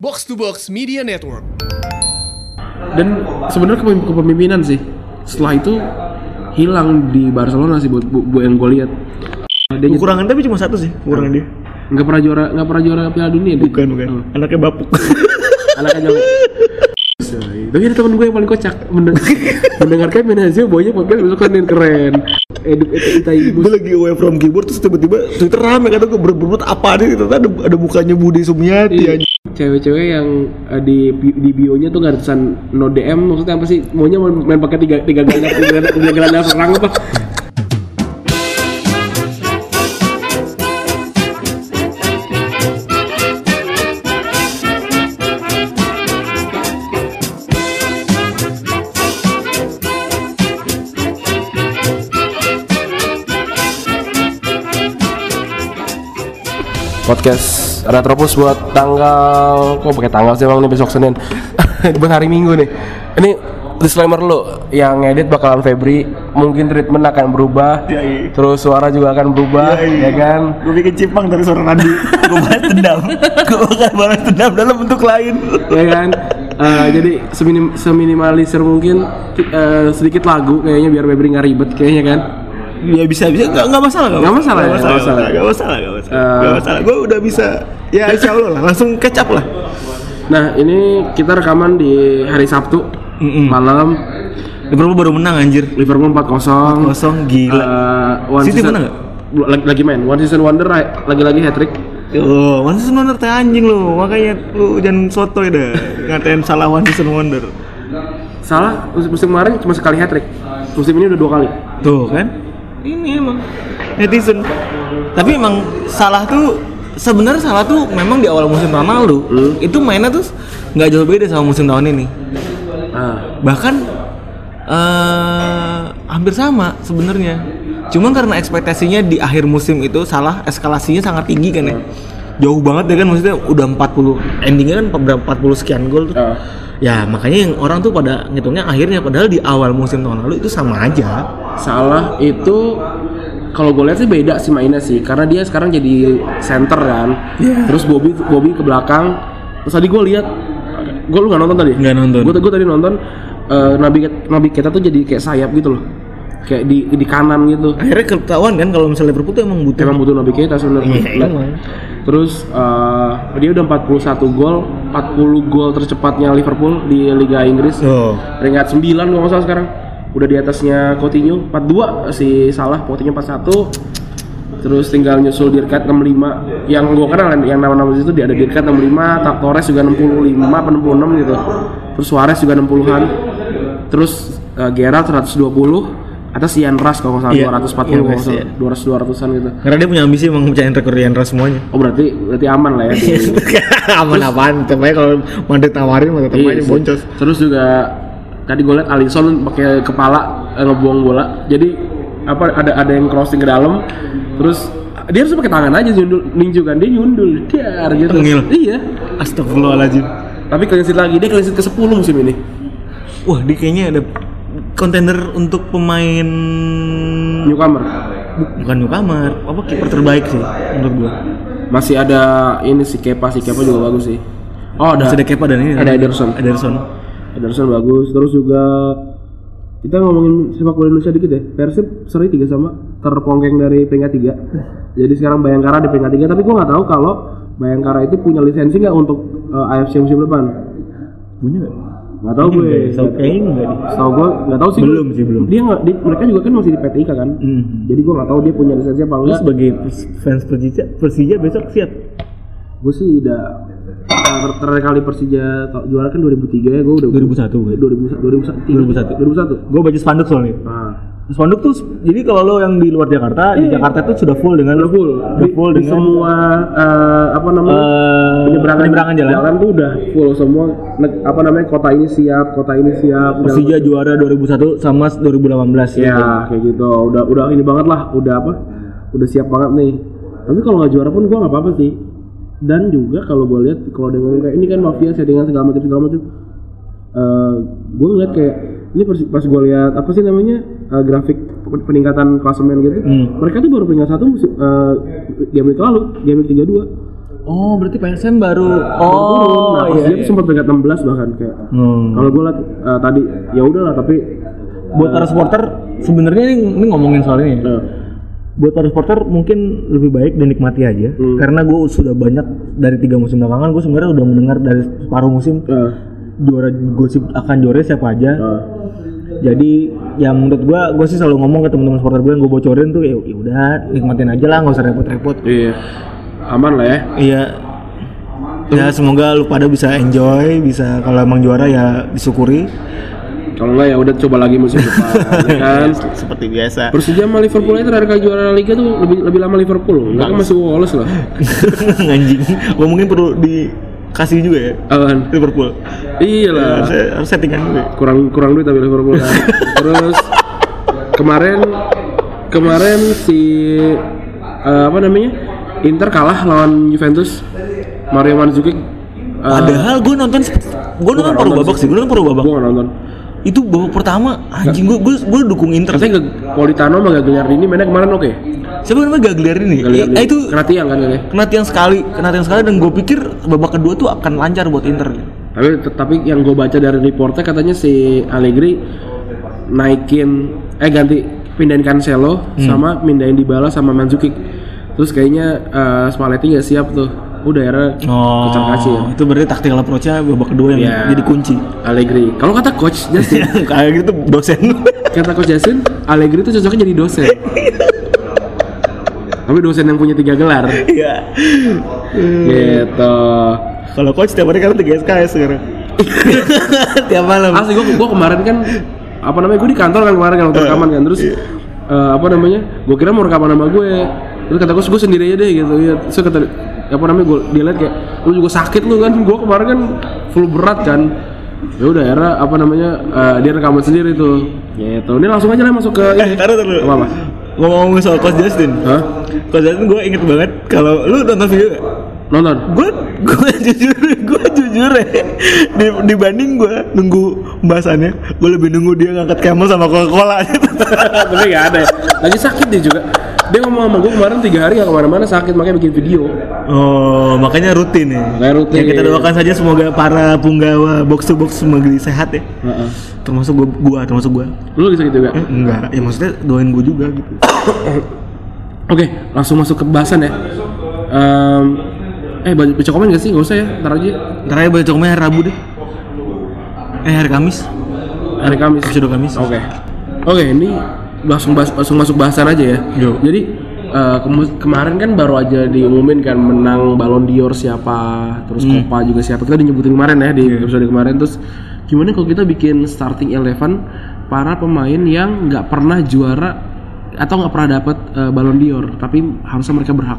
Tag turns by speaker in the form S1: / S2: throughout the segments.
S1: Box to Box Media Network.
S2: dan sebenarnya kepemim- kepemimpinan sih setelah itu hilang di Barcelona sih buat bu, bu- yang gue lihat dia nyet-
S3: Kekurangan tapi cuma satu sih, kekurangan dia.
S2: nggak pernah juara nggak pernah juara Piala Dunia dia.
S3: Bukan, bukan.
S2: Hmm.
S3: Anaknya bapuk.
S2: anaknya jago tapi ada temen gue yang paling kocak Mendeng mendengarkan Menazio bawanya podcast besok konten keren eduk kita ibu
S3: gue lagi away from keyboard terus tiba-tiba Twitter rame kata gue berbuat apa nih ternyata ada, ada mukanya Budi Sumiati anjing.
S2: cewek-cewek yang eh, di di bio nya tuh nggak ada tulisan no DM maksudnya apa sih maunya main, main pakai tiga tiga ganda tiga ganda serang apa podcast Retropus buat tanggal kok pakai tanggal sih emang nih besok Senin buat hari Minggu nih ini disclaimer dulu yang edit bakalan Febri mungkin treatment akan berubah
S3: Ya, iya.
S2: terus suara juga akan berubah ya kan
S3: Gue bikin cipang dari suara Nadi. gue balas dendam. Gue bakal balas dendam dalam bentuk lain.
S2: ya kan Eh, jadi seminim, seminimalisir mungkin ki- eh, sedikit lagu kayaknya biar Febri nggak ribet kayaknya kan
S3: Ya bisa bisa nggak nggak masalah
S2: Nggak masalah ya,
S3: nggak masalah Ah.
S2: nggak masalah.
S3: nggak masalah nggak masalah
S2: Eh.
S3: nggak masalah gue udah bisa ya insya Allah lah langsung kecap lah
S2: nah ini kita rekaman di hari Sabtu
S3: Mm-mm.
S2: malam
S3: Liverpool baru menang anjir
S2: Liverpool 4-0
S3: kosong gila
S2: Eh, one
S3: City
S2: season-
S3: menang nggak?
S2: Lu- Lagi, lagi main. One season wonder ra- lagi-lagi hat trick.
S3: Yo, One Season Oh, Wonder teh anjing lu, makanya lu jangan sotoy dah ngatain salah One Season Wonder.
S2: Salah musim, musim kemarin cuma sekali hat trick. Musim ini udah dua kali.
S3: Tuh kan? Ini emang netizen. Tapi emang salah tuh sebenarnya salah tuh memang di awal musim Ronaldo itu mainnya tuh nggak jauh beda sama musim tahun ini.
S2: Ah,
S3: Bahkan eh hampir sama sebenarnya. Cuma karena ekspektasinya di akhir musim itu salah eskalasinya sangat tinggi kan ya. Jauh banget ya kan maksudnya udah 40 endingnya kan berapa 40 sekian gol. tuh.
S2: ah.
S3: Ya makanya yang orang tuh pada ngitungnya akhirnya padahal di awal musim tahun lalu itu sama aja.
S2: Salah itu kalau gue lihat sih beda sih mainnya sih karena dia sekarang jadi center kan.
S3: Iya.
S2: Terus Bobby Bobby ke belakang. Terus tadi gue lihat gue lu nggak nonton tadi?
S3: Nggak nonton.
S2: Gue tadi nonton eh, Nabi Nabi kita tuh jadi kayak sayap gitu loh. Kayak di di kanan gitu.
S3: akhirnya ketahuan kan kalau misalnya Liverpool tuh emang butuh
S2: Emang butuh Nabi kita sebenarnya.
S3: Iya, emang.
S2: Nah, Terus eh, dia udah 41 gol, 40 gol tercepatnya Liverpool di Liga Inggris.
S3: oh
S2: Peringkat 9 kalau nggak salah sekarang. Udah di atasnya Coutinho 42 si Salah, Coutinho 41. Terus tinggal nyusul Dirkat 65. Yang gua kenal yang nama-nama itu dia ada Dirkat 65, Ta- Torres juga 65 apa 66 gitu. Terus Suarez juga 60-an. Terus eh, Gerrard 120 atas Ian Rush kalau nggak salah
S3: Iya,
S2: 240
S3: Ian
S2: kalau nggak
S3: Rush,
S2: salah 200 200-an gitu.
S3: karena dia punya ambisi emang mecahin rekor Diandra semuanya
S2: Oh berarti berarti aman lah ya. di-
S3: Iya. aman apaan tetep aja kalau Madrid tawarin mah tetep
S2: Iya,
S3: aja
S2: sih.
S3: boncos
S2: Terus juga tadi gue liat Alisson pakai kepala eh, ngebuang bola. Jadi apa ada ada yang crossing ke dalam. Terus dia harus pakai tangan aja nyundul ninju kan dia nyundul dar gitu.
S3: Tengil.
S2: Iya.
S3: astagfirullahaladzim
S2: Tapi clean sheet lagi dia clean sheet ke 10 musim ini.
S3: wah dia kayaknya ada kontender untuk pemain
S2: Newcomer.
S3: bu- bukan newcomer apa kiper terbaik sih menurut gua
S2: Masih ada ini si Kepa, si Kepa juga bagus sih. Oh, ada
S3: masih ada Kepa dan ini
S2: ada Ederson.
S3: Ederson
S2: Ederson bagus. Terus juga kita ngomongin sepak bola Indonesia dikit ya. Persib seri tiga sama terpongkeng dari peringkat tiga. Jadi sekarang Bayangkara di peringkat tiga. Tapi gua nggak tahu kalau Bayangkara itu punya lisensi nggak untuk eh, AFC musim depan.
S3: punya nggak
S2: Nggak tahu gue.
S3: so kayaknya nggak deh
S2: Tahu gue nggak tahu sih. gue.
S3: Iya, Belum sih, belum.
S2: Dia nggak. di- mereka juga kan masih di PTIK kan.
S3: hmm.
S2: Jadi gua nggak tahu dia punya lisensi apa
S3: Lu
S2: enggak.
S3: sebagai pers- fans Persija, Persija besok siap.
S2: Gue sih udah ter- terakhir kali Persija ta- juara kan 2003 ya. Gue udah
S3: 2001 gue.
S2: 2000,
S3: 2001.
S2: 2001.
S3: Gue baca spanduk soalnya.
S2: Nah,
S3: Spanduk tuh jadi kalau lo yang di luar Jakarta, di Jakarta tuh sudah full dengan
S2: Udah Iya. full.
S3: Udah
S2: Di-
S3: full
S2: di
S3: dengan
S2: semua eh, apa namanya?
S3: eh,
S2: penyeberangan,
S3: penyeberangan jalan.
S2: tuh udah full semua ne- apa namanya kota ini siap kota ini siap udah-
S3: Persija juara 2001 sama 2018
S2: ya
S3: gitu.
S2: kayak gitu udah udah ini banget lah udah apa udah siap banget nih tapi kalau nggak juara pun gua nggak apa-apa sih dan juga kalau gue lihat kalau dia ngomong kayak ini kan mafia settingan segala macam segala macam Eh gue ngeliat kayak ini persi- pas gue lihat apa sih namanya eh, grafik pe- peningkatan klasemen gitu
S3: Hmm.
S2: mereka tuh baru peringkat satu musim eh game week lalu game week tiga dua
S3: Oh, berarti PSM baru oh,
S2: nah pas
S3: iya,
S2: dia
S3: iya.
S2: tuh sempat pegat 16 bahkan kayak
S3: Hmm.
S2: kalau gue liat eh, tadi ya udahlah tapi
S3: buat para supporter sebenarnya ini, ini ngomongin soal ini. ya.
S2: eh,
S3: Buat para supporter mungkin lebih baik dinikmati aja
S2: Hmm.
S3: karena gue sudah banyak dari tiga musim belakangan gue sebenarnya udah mendengar dari separuh musim
S2: eh,
S3: juara gosip akan juara siapa aja.
S2: eh,
S3: jadi yang menurut gua gua sih selalu ngomong ke teman-teman supporter gua yang gua bocorin tuh ya ya udah nikmatin aja lah nggak usah repot-repot
S2: iya aman lah ya
S3: iya ya semoga lu pada bisa enjoy bisa kalau emang juara ya disyukuri
S2: kalau nggak ya udah coba lagi musim depan ya kan
S3: seperti biasa
S2: Persija sama Liverpool aja terakhir kali juara Liga tuh lebih lebih lama Liverpool loh. Enggak masih Wallace loh.
S3: anjing gua mungkin perlu dikasih juga ya
S2: Awan.
S3: Liverpool
S2: Iyalah.
S3: harus, harus settingan dulu ya.
S2: kurang kurang duit tapi Liverpool kan. Terus kemarin kemarin si eh, apa namanya Inter kalah lawan Juventus Mario Mandzukic eh,
S3: padahal gua nonton Ah. gua nonton
S2: nggak
S3: paruh
S2: nonton
S3: babak sih
S2: sih.
S3: gua nonton paruh
S2: gua
S3: babak
S2: nggak nonton
S3: itu babak pertama anjing gua gua, gua dukung Inter
S2: katanya gak, Politano sama Gagliardini mainnya kemarin oke
S3: siapa namanya Gagliardini nih
S2: Gagliardini.
S3: eh, itu
S2: kena tiang kan katanya
S3: kena tiang sekali kena tiang sekali dan gue pikir babak kedua tuh akan lancar buat Inter
S2: tapi tapi yang gue baca dari reportnya katanya si Allegri naikin eh ganti pindahin Cancelo sama pindahin Dybala sama Mandzukic terus kayaknya eh, Spalletti nggak siap tuh udah era kocar kacir
S3: Oh, itu berarti taktikal approach-nya babak kedua yang
S2: Iya.
S3: jadi kunci
S2: Allegri kalau kata coach Justin
S3: kayak gitu dosen
S2: kata coach Justin Allegri tuh cocoknya jadi dosen tapi dosen yang punya tiga gelar
S3: iya
S2: gitu
S3: kalau coach tiap hari kan 3 SKS sekarang Ah, tiap malam
S2: Asli gue gue kemarin kan apa namanya gue di kantor kan kemarin kan waktu rekaman kan terus
S3: iya.
S2: eh, apa namanya gue kira mau rekaman sama gue terus kata gue gue sendiri aja deh gitu ya terus kata apa namanya gue dia liat kayak lu juga sakit lu kan gue kemarin kan full berat kan ya udah era apa namanya eh, dia rekaman sendiri tuh gitu ini langsung aja lah masuk ke ini
S3: Eh, taruh taruh
S2: apa apa
S3: ngomong-ngomong soal coach Justin
S2: Hah?
S3: coach Justin gue inget banget kalau lu nonton video
S2: nonton
S3: gue gue jujur gue jujur ya di- dibanding gue nunggu pembahasannya gue lebih nunggu dia ngangkat camel sama coca cola
S2: tapi gak ada ya lagi sakit dia juga dia ngomong sama gue kemarin tiga hari gak kemana-mana sakit makanya bikin video
S3: oh makanya rutin ya
S2: Makanya rutin.
S3: ya kita doakan saja semoga para punggawa box to box semagri sehat ya
S2: Heeh.
S3: termasuk gua, gua termasuk gua
S2: lu lagi sakit juga
S3: Eh, enggak ya maksudnya doain gua juga gitu
S2: Oke, langsung masuk ke bahasan ya. Em, eh, baca, baca komen gak sih? Gak usah ya, ntar aja.
S3: ntar aja baca komen hari rabu deh eh hari kamis
S2: Hari Kamis.
S3: episode kamis
S2: Oke. Oke, ini langsung bahas- langsung masuk bahasan aja ya.
S3: Yo.
S2: Jadi eh, kemu- kemarin kan baru aja diumumin kan menang Ballon d'Or siapa, terus
S3: Hmm.
S2: Copa juga siapa. Kita udah nyebutin kemarin ya di
S3: Iya.
S2: episode kemarin terus gimana kalau kita bikin starting eleven para pemain yang nggak pernah juara atau nggak pernah dapat eh, Ballon d'Or, tapi harusnya mereka berhak.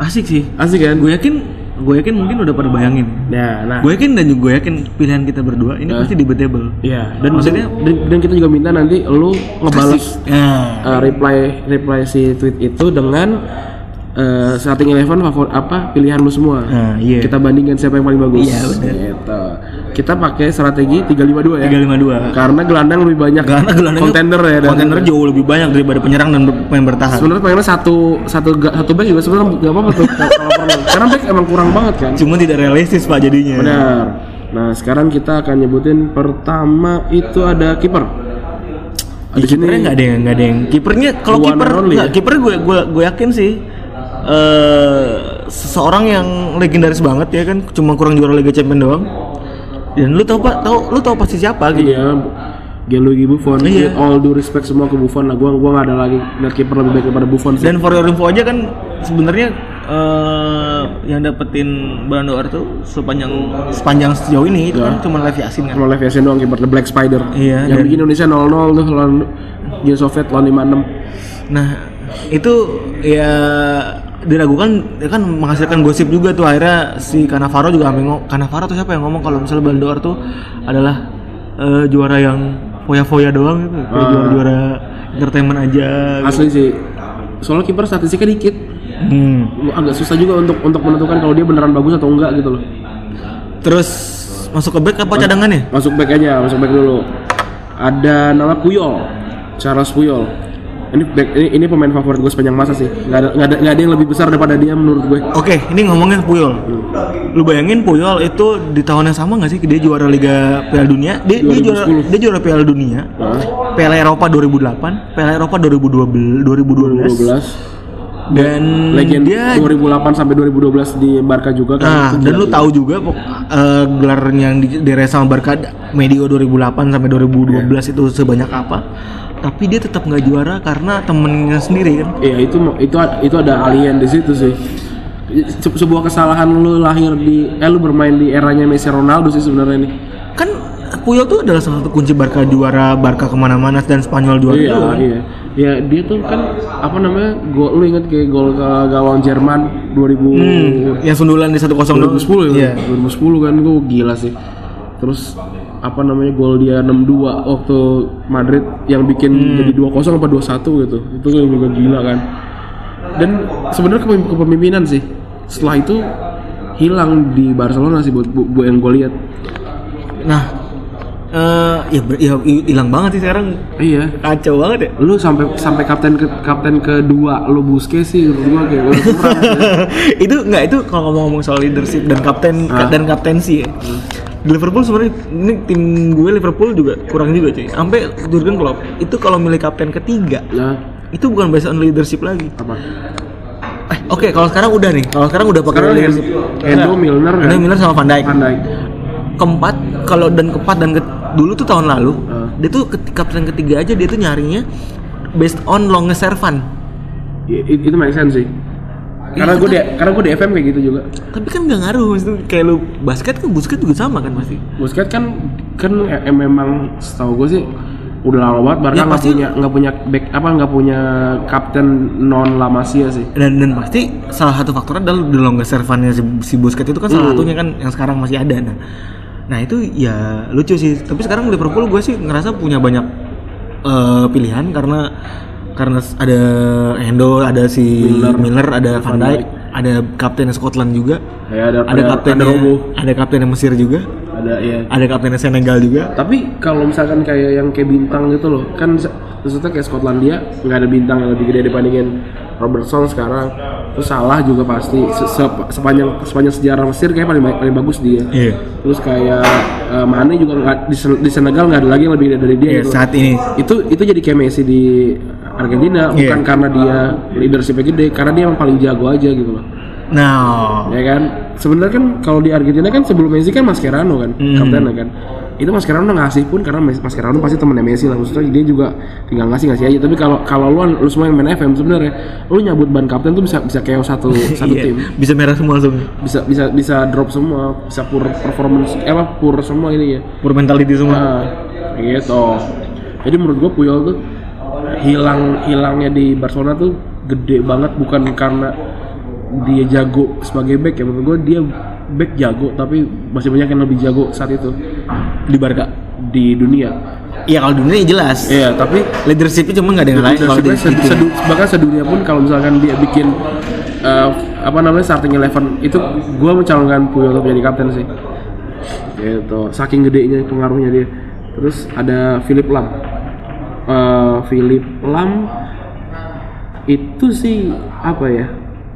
S3: asik sih
S2: Asik kan?
S3: gue yakin gue yakin mungkin udah pada bayangin
S2: Nah, nah.
S3: gue yakin dan juga gue yakin pilihan kita berdua ini pasti debatable
S2: Iya, dan
S3: Maksudnya-
S2: dan, dan kita juga minta nanti lu ngebalas
S3: nah
S2: uh, reply reply si tweet itu dengan uh, starting eleven favor apa pilihan lu semua.
S3: nah iya
S2: Kita bandingkan siapa yang paling bagus.
S3: Iya, bener.
S2: Gitu. Kita pakai strategi 352 ya.
S3: 352
S2: Karena gelandang lebih banyak
S3: karena gelandang
S2: kontender ya. dan-
S3: kontender jauh lebih banyak daripada penyerang dan ber- pemain bertahan
S2: Sebenarnya pengennya satu satu ga- satu back juga sebenarnya nggak apa-apa tuh kalau kalau perlu. Karena back emang kurang banget kan.
S3: cuma iya. tidak realistis pak jadinya
S2: Benar. Nah, sekarang kita akan nyebutin pertama itu ada kiper.
S3: Di kipernya nggak ada yang nggak ada yang kipernya kalau
S2: One
S3: kiper
S2: and only
S3: nggak
S2: ya?
S3: kiper gue gue gue yakin sih eh seseorang yang legendaris banget ya kan cuma kurang juara Liga Champion doang dan lu tau pak tau lu tau pasti siapa gitu
S2: Iya, Gianluigi Buffon.
S3: Iya.
S2: With all due respect semua ke Buffon lah. Gua gua nggak ada lagi ngeliat kiper lebih baik daripada Buffon sih.
S3: dan for your info aja kan sebenarnya eh yang dapetin Ballon d'Or tuh sepanjang sepanjang sejauh ini itu kan
S2: Iya.
S3: cuma Lev Yashin kan
S2: Sama Lev Yashin doang kiper The Black Spider.
S3: Iya,
S2: Yang
S3: dan-
S2: bikin Indonesia 0-0 tuh lawan Uni Soviet lawan 56.
S3: Nah, itu ya diragukan ya kan menghasilkan gosip juga tuh akhirnya si Cannavaro juga sampai ngomong Cannavaro tuh siapa yang ngomong kalau misalnya Ballon d'Or tuh adalah eh, juara yang foya-foya doang gitu kayak juara-juara entertainment aja gitu.
S2: Asli sih. Soalnya kiper statistiknya dikit.
S3: Hmm.
S2: Agak susah juga untuk untuk menentukan kalau dia beneran bagus atau enggak gitu loh.
S3: terus masuk ke back apa cadangannya
S2: Masuk back aja, masuk back dulu. Ada nama Puyol. Charles Puyol. Ini back- ini, ini pemain favorit gue sepanjang masa sih. Nggak ada nggak ada, nggak ada yang lebih besar daripada dia menurut gue.
S3: Oke, ini ngomongin Puyol. Lu bayangin Puyol itu di tahun yang sama nggak sih dia juara Liga Piala Dunia? Dia, dia juara
S2: 2010.
S3: dia juara Piala Dunia.
S2: Nah,
S3: Piala Eropa 2008, Piala Eropa 2012, 2012.
S2: 2012.
S3: Dan
S2: Legend
S3: Hmm. dia
S2: 2008 sampai 2012 di Barca juga
S3: Nah,
S2: kan. Itu
S3: dan
S2: gila.
S3: lu tahu juga pok- eh, gelar yang di- diraih sama Barca Medio 2008 sampai 2012 itu sebanyak apa? Tapi dia tetap nggak juara karena temennya sendiri kan.
S2: Iya itu itu itu ada alien di situ sih. Se- sebuah kesalahan lu lahir di eh lu bermain di eranya Messi Ronaldo sih sebenarnya nih.
S3: Kan Puyol tuh adalah salah satu kunci Barca juara, Barca kemana-mana dan Spanyol juara.
S2: Iya,
S3: juga. kan.
S2: iya. Ya dia tuh kan apa namanya? Gol lu inget kayak gol ke gawang Jerman 2000
S3: Hmm, yang sundulan di 1-0
S2: 2010
S3: Iya.
S2: ya. 2010 kan gue gila sih. Terus apa namanya gol dia 6-2 waktu Madrid yang bikin jadi 2-0 apa 2-1 gitu. Itu kan juga gila kan. Dan sebenarnya kepemim- kepemimpinan sih. Setelah itu hilang di Barcelona sih buat bu, bu- yang gue lihat.
S3: Nah, eh ya ber- ya hilang banget sih sekarang.
S2: Iya.
S3: Kacau banget ya.
S2: Lu sampai sampai kapten ke, kapten kedua lu Busquets sih menurut gua kayak udah kurang.
S3: itu nggak itu kalau ngomong-ngomong soal leadership dan kapten
S2: Ah.
S3: dan kaptensi ya. Di Liverpool sebenarnya ini tim gue Liverpool juga kurang juga cuy. Sampai Jurgen Klopp itu kalau milih kapten ketiga
S2: nah,
S3: itu bukan based on leadership lagi.
S2: apa?
S3: Eh, oke kalau sekarang udah nih. Kalau sekarang udah pakai
S2: Sekarang
S3: leadership.
S2: Endo Iya, Milner
S3: Endo
S2: kan.
S3: Milner sama Van Dijk.
S2: Van Dijk.
S3: Keempat kalau dan keempat dan ke- dulu tuh tahun lalu
S2: Ah.
S3: dia tuh ke- kapten ketiga aja dia tuh nyarinya based on longest servant.
S2: I- i- itu make sense sih karena gue di karena gue di FM kayak gitu juga
S3: Tapi kan nggak ngaruh maksudnya kayak lu basket kan basket juga sama kan pasti.
S2: Busquets kan kan em- memang setahu gue sih udah lama banget Barca
S3: Ya,
S2: nggak
S3: pasti-
S2: punya nggak punya back apa nggak punya kapten non La Masia sih
S3: dan dan pasti salah satu faktornya adalah the longest servannya si, si Busquets itu kan salah
S2: Hmm.
S3: satunya kan yang sekarang masih ada nah nah itu ya lucu sih tapi sekarang Liverpool gue sih ngerasa punya banyak eh, pilihan karena karena s- ada Hendo ada si Miller, ada Van Dijk ada kapten Scotland juga
S2: ya ada
S3: ada kapten
S2: ada Robo
S3: ada kapten Mesir juga
S2: ada ya
S3: ada kapten Senegal juga
S2: tapi kalau misalkan kayak yang kayak bintang gitu loh kan se- maksudnya kayak Skotlandia nggak ada bintang yang lebih gede dibandingin Robertson sekarang terus salah juga pasti Se- se- sepanjang sepanjang sejarah Mesir kayak paling ba- paling bagus dia
S3: iya
S2: terus kayak eh, Mane juga nggak di, Sen- di Senegal nggak ada lagi yang lebih gede dari dia
S3: Iya,
S2: gitu.
S3: saat ini
S2: itu itu jadi kayak Messi di Argentina
S3: Iya.
S2: bukan karena dia leadershipnya gede karena dia yang paling jago aja gitu loh
S3: nah
S2: ya kan sebenarnya kan kalau di Argentina kan sebelum Messi kan Mascherano kan
S3: Hmm.
S2: kaptennya kan itu Mascherano nggak ngasih pun karena Mes- Mascherano pasti temennya Messi lah maksudnya dia juga tinggal ngasih ngasih aja tapi kalau kalau lu lu semua yang main FM sebenarnya lu nyabut ban kapten tuh bisa bisa KO satu satu
S3: iya,
S2: tim
S3: bisa merah semua langsung
S2: bisa bisa bisa drop semua bisa poor performance eh apa poor semua ini ya
S3: pur mentality semua
S2: Nah, gitu. Jadi menurut gua Puyol tuh hilang hilangnya di Barcelona tuh gede banget bukan karena dia jago sebagai back ya menurut gua dia back jago tapi masih banyak yang lebih jago saat itu
S3: di Barca
S2: di dunia.
S3: Iya kalau dunia jelas.
S2: Iya, tapi
S3: Leadershipnya cuma nggak ada yang lain kalau di
S2: leadershipnya sedu-
S3: gitu.
S2: sedu- bahkan sedunia pun kalau misalkan dia bikin eh, apa namanya starting eleven itu gua mencalonkan Puyol untuk jadi kapten sih. Gitu. Saking gedenya pengaruhnya dia. Terus ada Philip Lam. Eh, Philip Lam itu sih apa ya?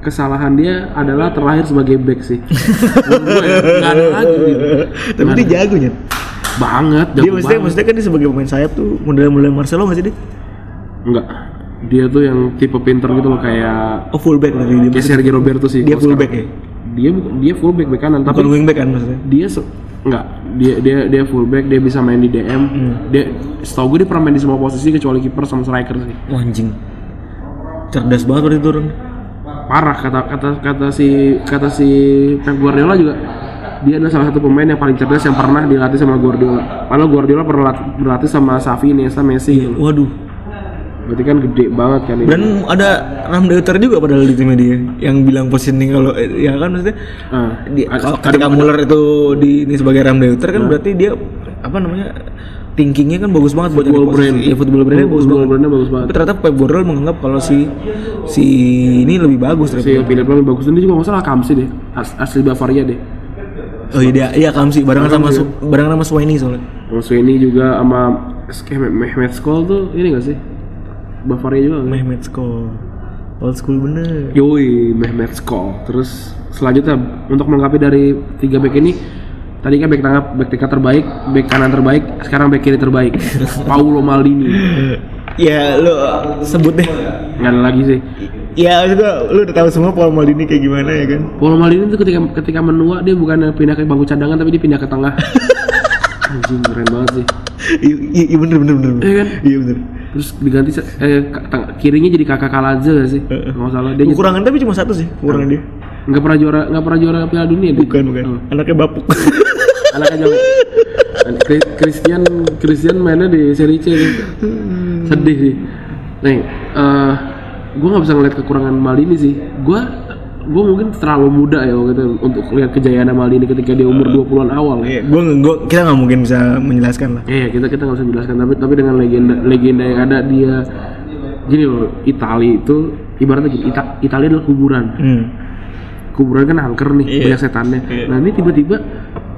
S2: Kesalahan dia adalah terlahir sebagai back sih. Menurut gua ya, nggak ada lagi gitu.
S3: Tapi dia jago Nyet.
S2: Banget,
S3: Dia
S2: jago
S3: maksudnya,
S2: banget.
S3: maksudnya kan dia sebagai pemain sayap tuh model-model Marcelo nggak sih dia?
S2: Enggak. Dia tuh yang tipe pinter gitu loh kayak
S3: Oh fullback berarti dia.
S2: kayak Sergio Roberto sih.
S3: Dia
S2: kalau
S3: fullback ya.
S2: dia bukan- dia fullback bek kanan
S3: Bukan
S2: tapi
S3: wingback kan maksudnya.
S2: dia se- nggak dia dia dia fullback dia bisa main di DM
S3: Hmm.
S2: dia setahu gue dia pernah main di semua posisi kecuali kiper sama striker sih
S3: Wah, Oh, anjing. Cerdas banget berarti turun.
S2: parah kata kata kata si kata si Pep Guardiola juga dia adalah salah satu pemain yang paling cerdas yang pernah dilatih sama Guardiola padahal Guardiola pernah lat- berlatih sama Xavi Iniesta Messi gitu.
S3: Waduh.
S2: berarti kan gede banget kan ini
S3: Dan ada Ram Deuter juga padahal di timnya dia yang bilang positioning kalau eh, ya kan maksudnya
S2: Ah,
S3: di,
S2: ada-
S3: kalau ketika Muller itu di ini sebagai Ram Deuter kan berarti dia apa namanya thinkingnya kan bagus banget buat
S2: Football
S3: yang di posisi-
S2: brain.
S3: Iya, football brainnya bagus
S2: Football
S3: banget.
S2: brandnya bagus
S3: Tapi
S2: banget
S3: ternyata Pep Guardiola menganggap kalau si si ini lebih bagus
S2: si
S3: daripada
S2: Philip Lahm bagus dan dia juga nggak salah Kamsi deh As- asli Bavaria deh
S3: Oh iya dia iya Kamsi barengan sama Su- barengan sama Suwaini soalnya.
S2: Terus ini juga sama Mehmet Skol tuh ini gak sih? Bavaria juga kan?
S3: Mehmet School old school bener
S2: Yoi, Mehmet Skol. Terus selanjutnya untuk melengkapi dari tiga back ini tadi kan back tengah back tengah terbaik, back kanan terbaik, sekarang back kiri terbaik. Paulo Maldini.
S3: ya lu sebut deh
S2: Nggak ada lagi sih.
S3: ya maksud gua, lu udah tahu semua Paul Maldini kayak gimana ya kan
S2: Paulo Maldini itu ketika ketika menua dia bukan pindah ke bangku cadangan tapi dia pindah ke tengah. Anjing keren banget sih.
S3: iya iya iya, bener bener bener bener.
S2: Iya kan?
S3: iya bener
S2: Terus diganti se- eh, ka- teng- kirinya jadi kakak Kaladze nggak sih? Nggak salah dia nyet-
S3: kekurangan tapi cuma satu sih kekurangan dia
S2: nggak pernah juara nggak pernah juara Piala Dunia dia.
S3: bukan bukan
S2: Oh.
S3: anaknya bapuk
S2: anaknya jago An- Chris- Christian Christian mainnya di seri C gitu. sedih sih nih eh gue nggak bisa ngeliat kekurangan Maldini sih gue gue mungkin terlalu muda ya waktu itu untuk lihat kejayaan Maldini ketika dia umur 20-an awal
S3: Iya, gua, gua kita nggak mungkin bisa menjelaskan lah
S2: Iya, iya, kita kita nggak usah jelaskan tapi tapi dengan legenda legenda yang ada dia gini loh Italia itu ibaratnya gini Ita- Italia adalah kuburan
S3: hmm.
S2: kuburan kan angker nih
S3: Iya.
S2: banyak setannya
S3: Iya.
S2: nah ini tiba-tiba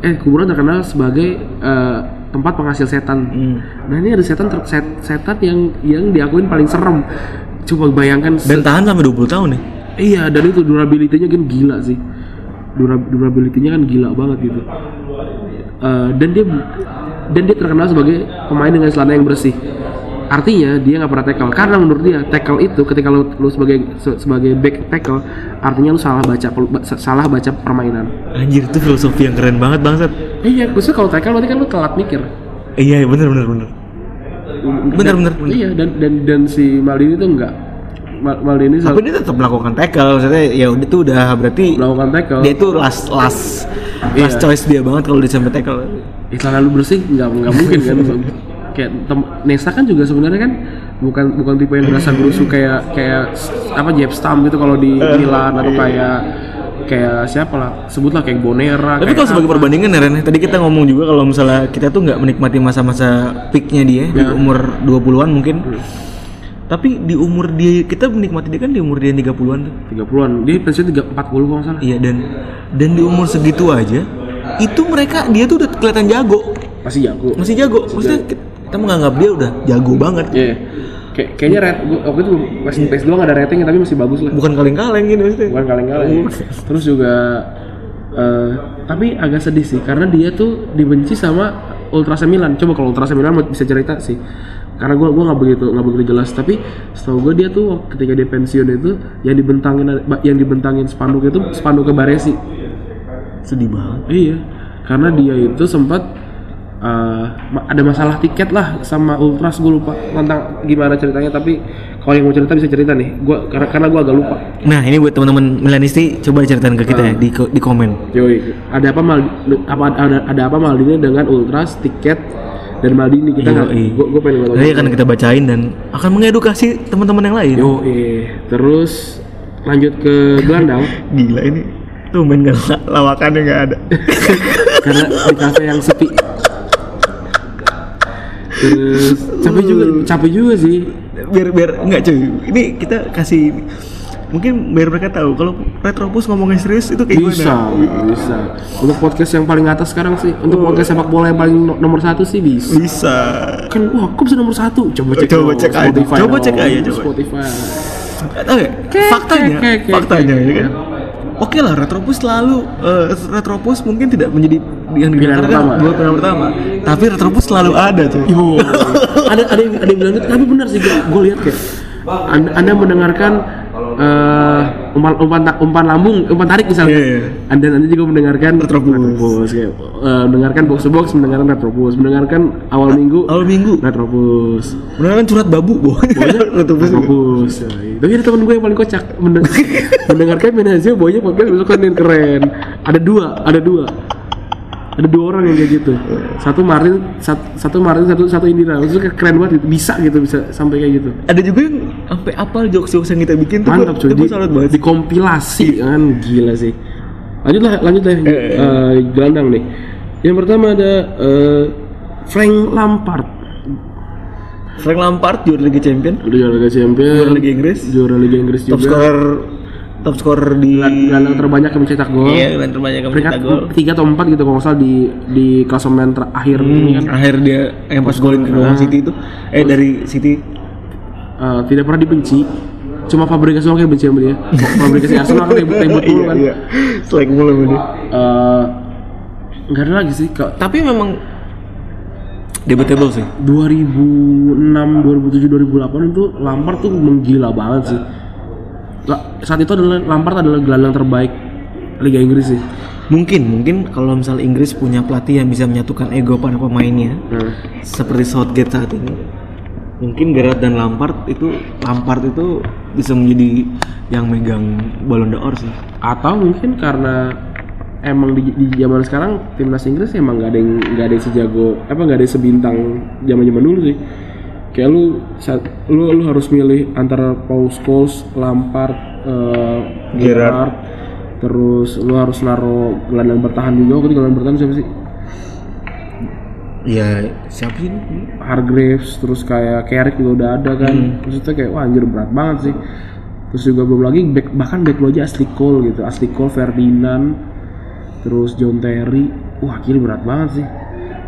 S2: eh kuburan terkenal sebagai eh, tempat penghasil setan
S3: Hmm.
S2: nah ini ada setan ter- set- setan yang yang diakuin paling serem coba bayangkan se-
S3: dan tahan sampai 20 tahun ya. nih
S2: iya dan itu durability-nya kan gila sih Dura- durability-nya kan gila banget gitu Eh, dan dia dan dia terkenal sebagai pemain dengan celana yang bersih artinya dia nggak pernah tackle karena menurut dia tackle itu ketika lu, lu sebagai se- sebagai back tackle artinya lu salah baca pelu- ba- salah baca permainan
S3: anjir itu filosofi yang keren banget bangsat
S2: Iya, khususnya kalau tackle berarti kan lu telat mikir.
S3: iya iya, bener bener bener Bener,
S2: Dan-
S3: bener, bener.
S2: Iya, dan dan dan si Maldini tuh enggak. Ma- Maldini
S3: tapi
S2: selalu
S3: dia tetap melakukan tackle maksudnya ya udah tuh udah berarti
S2: melakukan tackle.
S3: dia tuh last last last
S2: Iya.
S3: choice dia banget kalau dia sampai tackle
S2: Eh, celana lu bersih enggak enggak mungkin kan. kayak tem- Nesta kan juga sebenarnya kan bukan bukan tipe yang berasa gerusu kayak kayak s- apa Jeb Stam gitu kalau di
S3: Eh,
S2: Milan
S3: iya.
S2: atau kayak kayak siapa lah sebutlah kayak Bonera
S3: tapi kalau
S2: kayak
S3: sebagai
S2: apa.
S3: perbandingan ya Ren, tadi kita ngomong juga kalau misalnya kita tuh nggak menikmati masa-masa peaknya dia di
S2: Ya.
S3: umur 20-an mungkin tapi di umur dia kita menikmati dia kan di umur dia 30-an tuh
S2: 30-an dia pensiun 3 40 kalau nggak salah
S3: iya dan dan di umur segitu aja itu mereka dia tuh udah kelihatan jago
S2: masih jago
S3: masih jago maksudnya ki- kita menganggap dia udah jago banget
S2: iya Kayak- kayaknya red gua, waktu itu belum- masih
S3: Iya.
S2: PS2 nggak ada ratingnya tapi masih bagus lah
S3: bukan kaleng-kaleng gitu maksudnya
S2: bukan kaleng-kaleng terus juga eh, tapi agak sedih sih karena dia tuh dibenci sama Ultra Milan coba kalau Ultra Milan bisa cerita sih karena gua gua nggak begitu nggak begitu jelas tapi setahu gua dia tuh waktu- ketika dia pensiun itu yang dibentangin yang dibentangin spanduk itu spanduk ke Baresi
S3: sedih banget
S2: iya karena dia itu sempat eh, ma- ada masalah tiket lah sama Ultras gue lupa tentang gimana ceritanya tapi kalau yang mau cerita bisa cerita nih gua karena karena gue agak lupa
S3: Nah ini buat teman-teman Milanisti coba diceritain ke kita
S2: Ah.
S3: ya di, ko- di komen.
S2: Yoi, ada apa Mal apa ada, ada apa Maldini dengan Ultras tiket dan Maldini kita nggak
S3: Yoi.
S2: gue gue pengen ngomong.
S3: Nanti akan kita bacain dan akan mengedukasi teman-teman yang lain.
S2: Yoi. terus lanjut ke Gelandang
S3: Gila ini tuh main nggak lawakannya nggak ada.
S2: karena di kafe yang sepi. Terus capek juga capek juga sih.
S3: biar biar nggak cuy. Ini kita kasih mungkin biar mereka tahu kalau Retropus ngomongnya serius itu kayak
S2: Bisa,
S3: gimana.
S2: bisa. Untuk podcast yang paling atas sekarang sih, untuk podcast sepak bola yang paling no- nomor satu sih bisa.
S3: Bisa.
S2: Kan wah, kok bisa nomor satu? Coba cek,
S3: Coba
S2: dong,
S3: cek aja.
S2: Spotify
S3: Coba
S2: dong,
S3: cek aja, coba.
S2: Spotify.
S3: Oke, ya? faktanya,
S2: kek, kek,
S3: faktanya
S2: kek,
S3: ya kan. Oke lah, Retropus selalu eh, Retropus mungkin tidak menjadi yang
S2: Pilihan pertama.
S3: dua pilihan pertama. Tapi Retropus selalu ada tuh.
S2: Yo, ada ada yang ada yang bilang gitu, tapi benar sih gue lihat kayak anda, Anda mendengarkan eh, umpan umpan ta- umpan lambung umpan tarik misalnya
S3: Iya, iya.
S2: anda anda juga mendengarkan
S3: Retrobus.
S2: Retrobus, kayak, eh, mendengarkan box to box mendengarkan retrobus mendengarkan awal minggu
S3: Awal minggu
S2: retrobus
S3: beneran kan curhat babu boh. Retropus.
S2: retrobus ya. tapi ada teman gue yang paling kocak mendeng- mendengarkan Benazio boynya podcast besok kan yang keren ada dua ada dua ada dua orang yang kayak gitu satu Marin satu, satu Marin satu satu Indira maksudnya keren banget gitu. bisa gitu bisa sampai kayak gitu
S3: Ada juga yang sampai apal jokes-jokes yang kita bikin tuh.
S2: mantap
S3: gua-
S2: cuy
S3: itu gua
S2: di,
S3: salut banget. sih.
S2: dikompilasi kan gila sih lanjut lah lanjut lah eh, gelandang nih yang pertama ada eh, Frank Lampard
S3: Frank Lampard juara Liga Champion,
S2: udah juara Liga Champions
S3: juara Liga Inggris,
S2: juara Liga Inggris
S3: top
S2: juga
S3: scorer top scorer di
S2: gelandang terbanyak yang mencetak gol
S3: Iya, gelandang terbanyak yang
S2: peringkat
S3: mencetak gol.
S2: tiga atau empat gitu kalau nggak salah di di klasemen terakhir ini
S3: Hmm,
S2: kan
S3: akhir dia yang pas golin ke City itu eh dari City
S2: eh, tidak pernah dibenci cuma Fabregas doang yang benci sama dia Fabregas di Arsenal kan ribut ribut dulu kan
S3: Iya. Slack mulu sama dia.
S2: Eh, nggak ada lagi sih ke
S3: Tapi memang debatable sih.
S2: 2006 2007 2008 itu Lampard tuh menggila banget sih La- saat itu adalah Lampard adalah gelandang terbaik Liga Inggris sih
S3: Mungkin, mungkin kalau misal Inggris punya pelatih yang bisa menyatukan ego pada pemainnya, seperti Southgate saat ini, mungkin Gerrard dan Lampard itu Lampard itu bisa menjadi yang megang Ballon d'Or sih.
S2: atau mungkin karena emang di, di zaman sekarang timnas Inggris emang gak ada yang gak ada yang sejago apa gak ada yang sebintang zaman zaman dulu sih kayak lu saat, lu lu harus milih antara Paul Scholes, Lampard, eh,
S3: Gerrard.
S2: Gerrard, terus lu harus naro gelandang bertahan juga waktu itu gelandang bertahan siapa sih
S3: Ya, siapa sih? ini?
S2: Hargreaves terus kayak Carrick juga udah ada kan
S3: Hmm.
S2: maksudnya kayak wah anjir berat banget sih terus juga belum lagi back, bahkan back lo aja asli Cole gitu asli Cole Ferdinand terus John Terry wah gila berat banget sih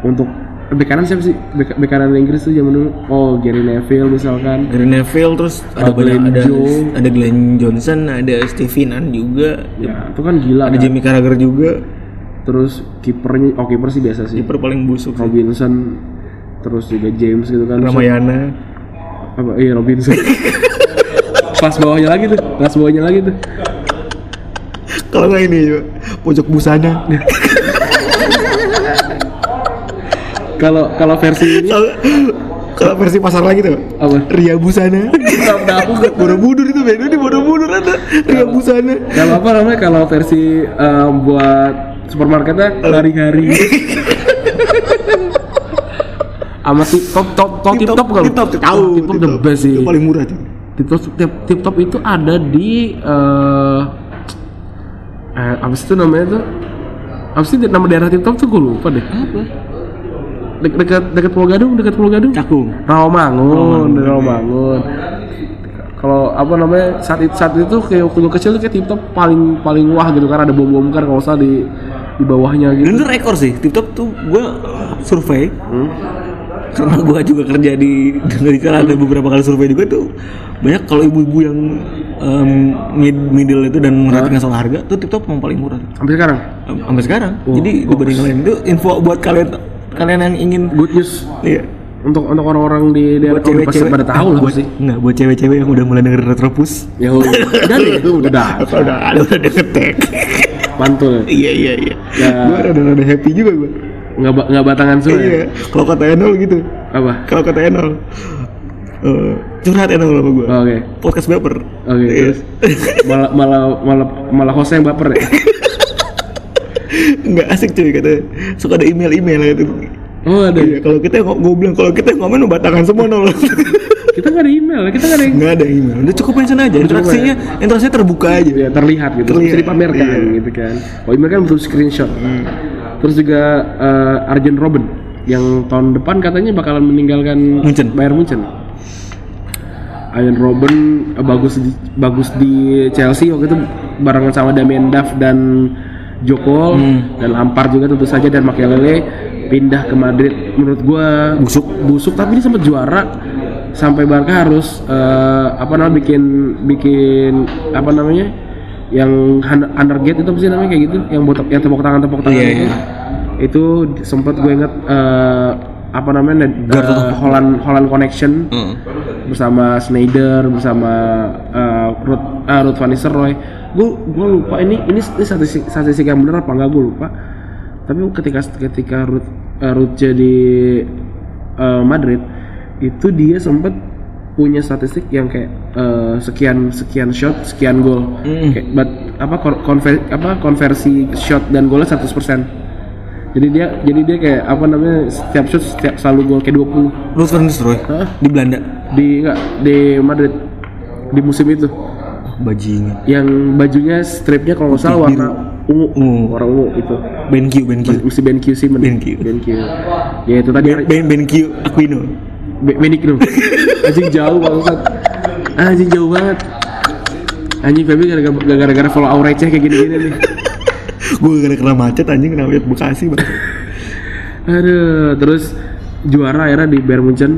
S2: untuk back kanan siapa sih back, back kanan Inggris tuh zaman dulu oh Gary Neville misalkan
S3: Gary Neville terus ada
S2: Ada Glenn
S3: banyak ada
S2: Joe.
S3: ada Glenn Johnson, ada Stevie Nan juga,
S2: ya itu kan gila
S3: Iya. ada
S2: kan.
S3: Jamie Carragher juga.
S2: terus kipernya oh kiper sih biasa sih
S3: Kiper paling busuk sih.
S2: Robinson terus juga James gitu kan Terus
S3: Ramayana.
S2: apa iya Robinson pas bawahnya lagi tuh pas bawahnya lagi tuh
S3: Kalau nggak ini juga, pojok busana.
S2: kalau kalau versi ini
S3: Kalau- Kalau versi pasar lagi tuh,
S2: apa
S3: Ria busana.
S2: Kenapa aku-
S3: Borobudur itu beda di Borobudur ada Ria busana.
S2: kalau apa namanya kalau versi eh, buat supermarketnya hari-hari sama tip top top top tip top kalau
S3: Tip-top, tahu.
S2: tip top the
S3: tip-top.
S2: best sih
S3: Itu paling murah tuh.
S2: tip top tip, tip top itu ada di eh eh, apa sih itu namanya tuh apa sih nama daerah tip top tuh gue lupa deh
S3: Apa?
S2: Dek- dekat dekat Pulau Gadung dekat Pulau Gadung
S3: Cakung. iya.
S2: Rawamangun, dari Rawamangun. Kalau apa namanya saat itu saat itu kayak waktu gue kecil tuh kayak tip top paling paling wah gitu karena ada bom bom kan kalau nggak salah di di bawahnya gitu.
S3: Dulu rekor sih, TikTok tuh gue survei
S2: Hmm.
S3: karena gue juga kerja di di sana ada beberapa kali survei juga tuh banyak kalau ibu-ibu yang em, mid middle itu dan merhatiin soal harga tuh TikTok memang paling murah
S2: Sampai sekarang
S3: Am- sampai sekarang. Jadi dibanding kalian itu info buat kalian kalian yang ingin
S2: good news
S3: iya
S2: untuk untuk orang-orang di daerah
S3: buat
S2: kalau pasti
S3: cewek-cewek
S2: pada tahu lah
S3: buat,
S2: sih.
S3: Nah, buat cewek-cewek yang udah mulai denger Retropus.
S2: Ya udah deh
S3: Iya.
S2: itu udah
S3: Apa udah ada udah deketek.
S2: mantul
S3: Iya iya iya.
S2: Ya.
S3: Gue rada-rada happy juga gue.
S2: nggak ba- nggak batangan semua. ya?
S3: Iya. Kalau kata Enol gitu.
S2: Apa?
S3: Kalau kata Enol. eh, curhat Enol sama gue.
S2: Oh, Oke
S3: Podcast baper.
S2: oke
S3: Iya.
S2: terus malah malah malah malah hostnya yang baper
S3: Iya.
S2: ya.
S3: Nggak asik cuy kata. Suka ada email-email gitu.
S2: Oh ada.
S3: Iya, kalau kita gue bilang kalau kita ngomen batangan semua nol.
S2: Kita nggak ada email, kita nggak ada yang
S3: Nggak ada email. Udah cukup mention aja. Iya. Interaksinya, interaksinya terbuka aja.
S2: ya terlihat gitu terus bisa
S3: Terlihat,
S2: dipamerkan
S3: iya. Hmm.
S2: gitu kan oh email kan butuh screenshot terus juga eh, Arjen Robben yang tahun depan katanya bakalan meninggalkan
S3: Munchen.
S2: Bayern Munchen Arjen Robben eh, bagus di, bagus di Chelsea waktu itu barengan sama Damien Duff dan Jokol
S3: Hmm.
S2: dan Lampard juga tentu saja dan Makelele pindah ke Madrid menurut gua
S3: Busuk.
S2: busuk tapi dia sempat juara sampai Barca harus eh, apa namanya bikin bikin apa namanya yang hand- undergate itu apa sih namanya kayak gitu yang buat yang tepuk tangan tepuk tangan
S3: Iya,
S2: itu
S3: iya.
S2: itu sempat gue inget eh, apa namanya
S3: Gartu
S2: eh, Holland Holland Connection
S3: Heeh.
S2: bersama Snyder bersama uh, Ruth ah, Ruth Van Nistelrooy gue gue lupa ini ini, ini statistik statistik yang benar apa enggak gue lupa tapi ketika ketika Ruth eh, Ruth jadi eh, Madrid itu dia sempat punya statistik yang kayak eh, sekian sekian shot sekian gol
S3: Mm.
S2: kayak but, apa kon- konver- apa konversi shot dan golnya 100% jadi dia jadi dia kayak apa namanya setiap shot setiap selalu gol kayak 20
S3: Ruth van Nistelrooy
S2: Hah?
S3: di Belanda.
S2: di enggak di Madrid di musim itu
S3: Bajingan.
S2: yang bajunya stripnya kalau nggak salah warna ungu,
S3: Ungu.
S2: warna ungu itu
S3: Ben Q, Ben Q.
S2: musim BenQ sih men
S3: BenQ.
S2: BenQ. ya itu tadi
S3: Ben Ben Q Aquino.
S2: Be- Benik dong anjing jauh banget anjing jauh banget anjing Feby gara-gara- gara-gara follow aura receh kayak gini-gini nih
S3: Gue gara kena macet anjing kena macet Bekasi bang.
S2: aduh terus juara akhirnya di Bayern Munchen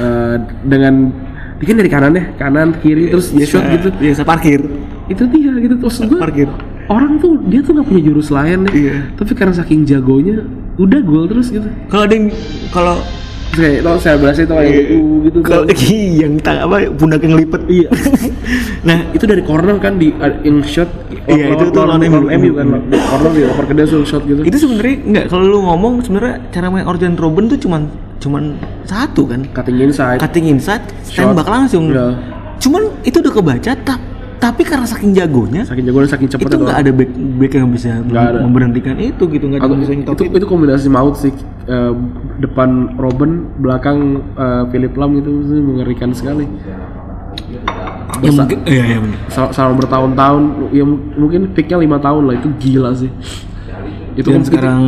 S2: eh, dengan Dia kan dari kanan deh, kanan, kiri,
S3: Iya,
S2: terus dia shot gitu.
S3: Biasa parkir.
S2: Itu dia gitu terus gue.
S3: Parkir.
S2: Orang tuh dia tuh nggak punya jurus lain deh.
S3: Iya.
S2: Tapi karena saking jagonya, udah gol terus gitu.
S3: Kalau ada yang kalau
S2: Terus kayak tau saya berhasil tau kayak gitu gitu.
S3: Iya. kalau Iya, yang tak apa pundak yang lipet. Iya. nah,
S2: itu dari corner kan di in shot eh,
S3: Iya, itu tuh lawan MU.
S2: MU kan di corner di over ke dia suruh shot gitu
S3: itu sebenarnya nggak kalau lu ngomong sebenarnya cara main Orjan Robben tuh cuman cuman satu kan.
S2: cutting inside
S3: Cutting inside,
S2: Shot.
S3: tembak langsung.
S2: Iya.
S3: Cuman itu udah kebaca ta- tapi karena saking jagonya
S2: saking jagonya saking cepet
S3: itu nggak ada back, back yang bisa
S2: Nggak ada.
S3: memberhentikan itu gitu nggak ada
S2: Aku-
S3: yang bisa
S2: itu,
S3: nyetop
S2: itu kombinasi maut sih Eh, depan Robin belakang eh, Philip Lam itu sih mengerikan sekali
S3: ya mungkin iya iya bener.
S2: Sa- selama bertahun-tahahun ya m- mungkin peaknya lima tahun lah itu gila sih itu
S3: Dan
S2: kom-
S3: sekarang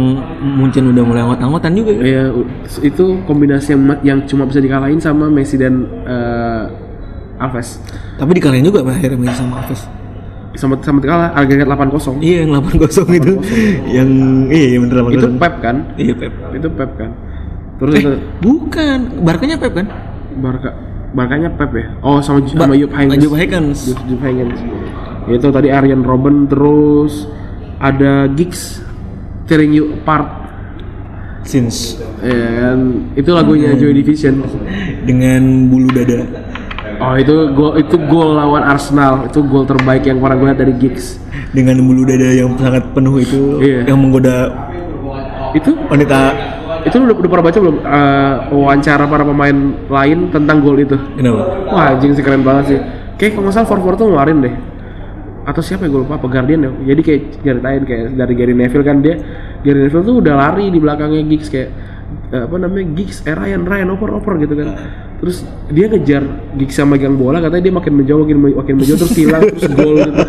S3: Munchen udah mulai anggot-anggotan juga
S2: itu, ya, u- itu kombinasi yang, ma- yang cuma bisa dikalahin sama Messi dan eh, Alves
S3: tapi dikalahin juga akhirnya Messi sama Alves
S2: sama sama kalah agregat 8-0
S3: iya yang 8-0 itu yang iya iya bener 8-0
S2: itu Pep kan
S3: iya Pep
S2: itu Pep kan terus
S3: eh
S2: itu
S3: bukan Barkanya Pep kan
S2: Barca Barkanya Pep ya oh sama Ju-
S3: Ba-
S2: sama Jupp Heynckes
S3: Jupp Heynckes.
S2: Jupp, Jupp Heynckes. itu tadi Arjen Robben terus ada Giggs tearing you apart
S3: since
S2: ya kan itu lagunya Joy Division
S3: dengan bulu dada
S2: oh itu gol itu gol lawan Arsenal itu gol terbaik yang pernah gue lihat dari Giggs
S3: dengan bulu dada yang sangat penuh itu
S2: Iya.
S3: yang menggoda
S2: itu
S3: wanita
S2: itu lu udah, udah pernah baca belum eh, wawancara para pemain lain tentang gol itu
S3: kenapa
S2: Wah anjing sih keren banget sih Kayak kalau nggak salah 44 tuh ngeluarin deh Atau siapa ya gue lupa apa Guardian ya Jadi kayak nyeritain kayak dari Gary Neville kan dia Gary Neville tuh udah lari di belakangnya Giggs kayak eh, apa namanya Giggs eh Ryan Ryan oper oper gitu kan terus dia ngejar Giggs sama megang bola katanya dia makin menjauh makin menjauh, makin menjauh terus hilang terus gol gitu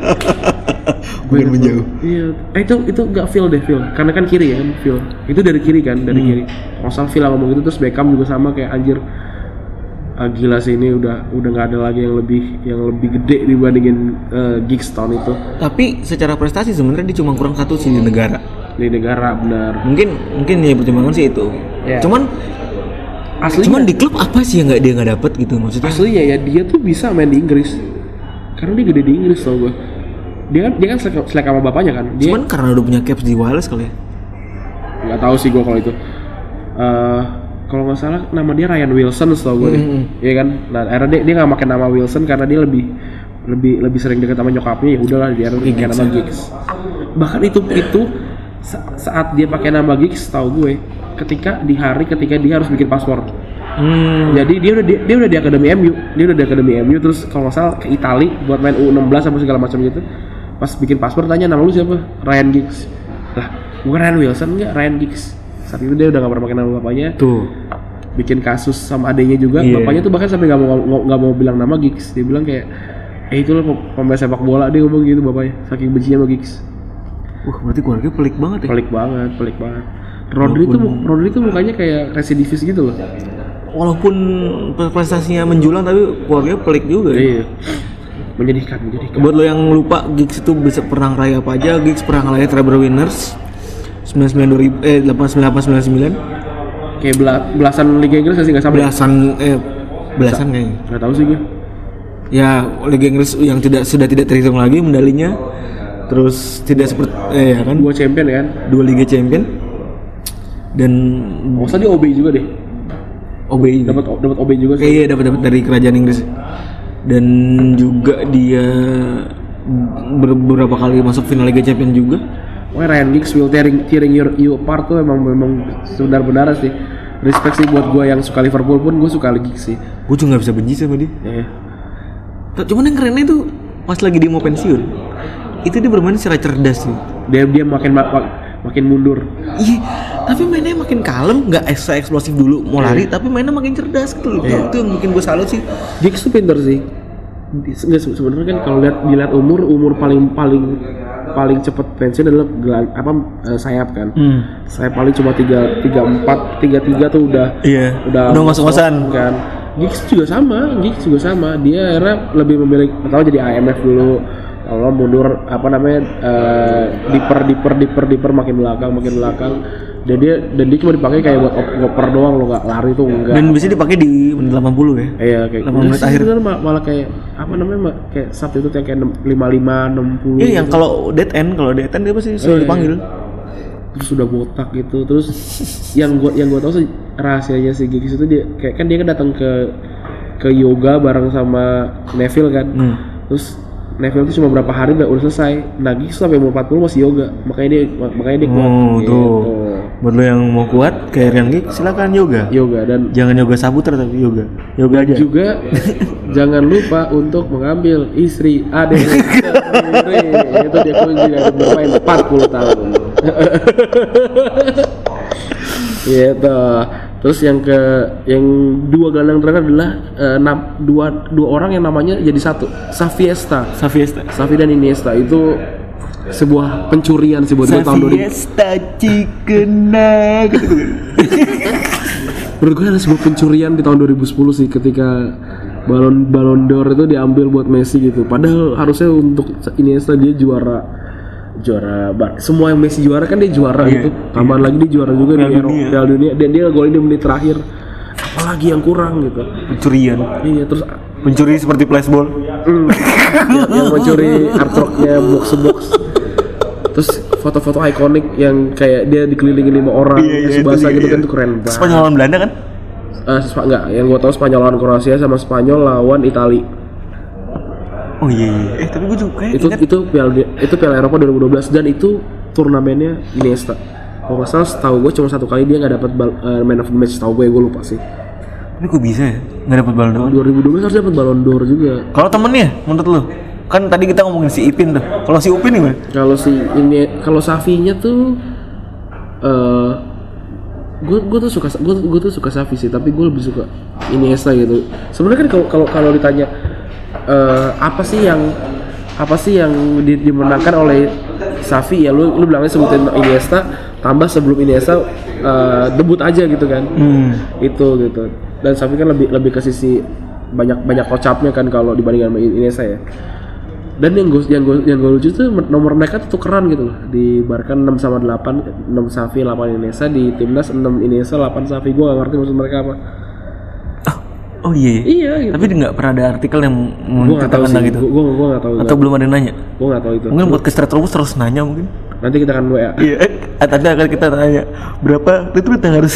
S3: bukan menjauh
S2: iya eh itu itu nggak feel deh feel karena kan kiri ya feel itu dari kiri kan dari
S3: Hmm.
S2: kiri kalau nggak salah feel ngomong gitu terus Beckham juga sama kayak anjir ah, gila sih ini udah udah nggak ada lagi yang lebih yang lebih gede dibandingin eh, gigs tahun itu
S3: tapi secara prestasi sebenarnya dia cuma kurang satu sih di negara
S2: di negara benar
S3: mungkin mungkin ya pertimbangan sih itu
S2: Iya.
S3: cuman
S2: aslinya
S3: cuman di klub apa sih yang nggak dia nggak dapet gitu maksudnya
S2: aslinya ya dia tuh bisa main di Inggris karena dia gede di Inggris tau gue dia kan dia kan selek, selek sama bapaknya kan dia
S3: cuman karena udah punya caps di wireless kali ya
S2: nggak tahu sih gue kalau itu Eh, kalau nggak salah nama dia Ryan Wilson setahu gue deh
S3: Hmm.
S2: iya kan nah akhirnya dia dia nggak pakai nama Wilson karena dia lebih lebih lebih sering deket sama nyokapnya ya udahlah dia harus pakai nama Giggs bahkan itu itu sa- saat dia pakai nama Giggs tahu gue ketika di hari ketika dia harus bikin paspor
S3: hmm.
S2: jadi dia udah di, dia udah di akademi MU dia udah di akademi MU terus kalau nggak salah ke Itali buat main U16 apa segala macam gitu pas bikin paspor tanya nama lu siapa Ryan Giggs lah bukan Ryan Wilson nggak Ryan Giggs saat itu dia udah nggak pernah pakai nama bapaknya
S3: tuh
S2: bikin kasus sama adiknya juga
S3: Iya.
S2: bapaknya tuh bahkan sampai nggak mau nggak mau bilang nama Giggs dia bilang kayak eh itu lo pemain sepak bola dia ngomong gitu bapaknya saking bencinya sama Giggs
S3: wah berarti keluarga pelik banget ya
S2: pelik banget pelik banget Rodri tuh Rodri tuh mukanya kayak residivis gitu loh
S3: walaupun pre- prestasinya menjulang tapi keluarga pelik juga ya.
S2: iya menyedihkan menyedihkan
S3: buat lo yang lupa gigs itu bisa pernah ngeraih apa aja gigs pernah ngeraih treble winners 99 eh 89899
S2: kayak bela- belasan Liga Inggris nggak sih nggak sama ya?
S3: belasan eh belasan kayaknya
S2: nggak tahu sih gue
S3: ya Liga Inggris yang tidak sudah tidak terhitung lagi medalinya terus tidak seperti eh, ya kan
S2: dua champion kan
S3: dua Liga Champion dan
S2: nggak usah dia OB juga deh
S3: OBI
S2: dapat dapat OB juga sih
S3: Eh, iya dapat dapat dari kerajaan Inggris dan juga dia beberapa kali masuk final Liga Champion juga
S2: Wah Ryan Giggs will tearing tearing your you apart tuh emang memang benar-benar sih respect sih buat gue yang suka Liverpool pun gue suka Giggs sih
S3: gue juga nggak bisa benci sama dia Tuh,
S2: Eh,
S3: cuman yang kerennya itu pas lagi dia mau pensiun itu dia bermain secara cerdas sih
S2: dia dia makin ma- ma- makin mundur
S3: Iya, tapi mainnya makin kalem, nggak ekstra eksplosif dulu mau lari, tapi mainnya makin cerdas gitu. loh. Itu yang bikin gue salut sih.
S2: Giggs tuh pinter sih Di- nggak se- sebenarnya kan kalau lihat dilihat umur umur paling paling paling cepet pensiun adalah gelan- apa eh, sayap kan
S3: Hmm.
S2: saya paling cuma tiga tiga empat tiga tiga tuh udah
S3: Iya.
S2: udah
S3: Udah ngos-ngosan.
S2: kan Giggs juga sama Giggs juga sama dia akhirnya lebih memilih pertama jadi IMF dulu kalau mundur apa namanya eh, diper diper diper diper makin belakang makin belakang dan dia dan dia cuma dipakai kayak buat op- ngoper doang lo nggak lari tuh enggak
S3: Dan biasanya dipakai di menit 80 ya.
S2: iya kayak
S3: lama
S2: enggak
S3: menit
S2: sih,
S3: akhir.
S2: sebenarnya mal- malah kayak apa namanya Mbak? kayak substitute yang kayak lima lima enam puluh
S3: Iya yang kalau dead end, kalau dead end dia pasti
S2: iya,
S3: selalu
S2: iya.
S3: dipanggil.
S2: terus sudah botak gitu terus yang gua yang gua tahu sih rahasianya si Giggs itu dia kayak kan dia kan datang ke ke yoga bareng sama Neville kan
S3: Hmm.
S2: terus Neville tuh cuma berapa hari udah, udah selesai nah Giggs sampai umur 40 masih yoga makanya dia makanya dia kuat
S3: Oh,
S2: gitu.
S3: tuh. Buat lo yang mau kuat kayak Rian Gig, silakan yoga.
S2: yoga dan
S3: Jangan yoga sabutra tapi yoga. Yoga aja.
S2: juga jangan lupa untuk mengambil istri adik sendiri. itu dia kunci dari bermain 40 tahun gitu terus yang ke yang dua gelandang terakhir adalah eh, enam- dua dua orang yang namanya jadi satu Safiesta
S3: Safiesta.
S2: Safi dan Iniesta itu sebuah pencurian sih buat gue tahun 2000
S3: Cikena gitu.
S2: menurut gue ada sebuah pencurian di tahun 2010 sih ketika balon balon d'or itu diambil buat Messi gitu padahal harusnya untuk Iniesta dia juara juara ba- semua yang Messi juara kan dia juara gitu tambahan lagi dia juara juga di
S3: Iya, Piala
S2: Euro-
S3: dunia.
S2: Piala dunia dan dia golin di menit terakhir apalagi yang kurang gitu
S3: Pencurian.
S2: iya terus
S3: Pencuri seperti flashball.
S2: mm, yang- yang mencuri artworknya box to box terus foto-foto ikonik yang kayak dia dikelilingi lima orang
S3: Iya, iya, itu
S2: bahasa
S3: dia,
S2: gitu kan
S3: iya.
S2: tuh keren banget
S3: Spanyol lawan Belanda kan?
S2: Eh, Spa- enggak, yang gue tahu Spanyol lawan Kroasia sama Spanyol lawan Itali.
S3: Oh iya iya. Eh tapi gue juga kayak
S2: Itu
S3: ingat
S2: itu Piala itu Piala Eropa 2012 dan itu turnamennya Iniesta. Kalau nggak salah, setahu gue cuma satu kali dia nggak dapat bal- eh, man of the match. Setahu gue, gue lupa sih.
S3: tapi kok bisa ya nggak dapat Ballon d'Or.
S2: 2012 harus dapat Ballon d'Or juga.
S3: Kalau temennya menurut lo kan tadi kita ngomongin si Ipin tuh. Kalau si Upin gimana?
S2: Kalau si ini, kalau Safinya tuh, eh gue gue tuh suka gue gue tuh suka Safi sih, tapi gue lebih suka Iniesta gitu. Sebenarnya kan kalau kalau kalau ditanya eh apa sih yang apa sih yang di- dimenangkan oleh Safi ya lu lu bilangnya sebutin Iniesta tambah sebelum Iniesta eh, debut aja gitu kan
S3: Hmm.
S2: itu gitu dan Safi kan lebih lebih ke sisi banyak banyak kocapnya kan kalau dibandingkan sama Iniesta ya dan yang gue yang gue yang gue lucu tuh nomor mereka tuh tukeran gitu loh di Barca 6 sama 8 6 Safi 8 Iniesta di timnas 6 Iniesta 8 Safi gue gak ngerti maksud mereka apa
S3: Oh iya. iya.
S2: iya gitu
S3: Tapi nggak pernah ada artikel yang
S2: gue gak
S3: menceritakan
S2: tau sih
S3: tentang
S2: gue
S3: itu.
S2: gue gue gak tau
S3: gitu. Atau belum ada yang nanya?
S2: gue gak tau itu
S3: Mungkin buat ke Stratrobus terus nanya mungkin.
S2: nanti kita akan WA
S3: Iya, eh, nanti akan kita tanya berapa retweet yang harus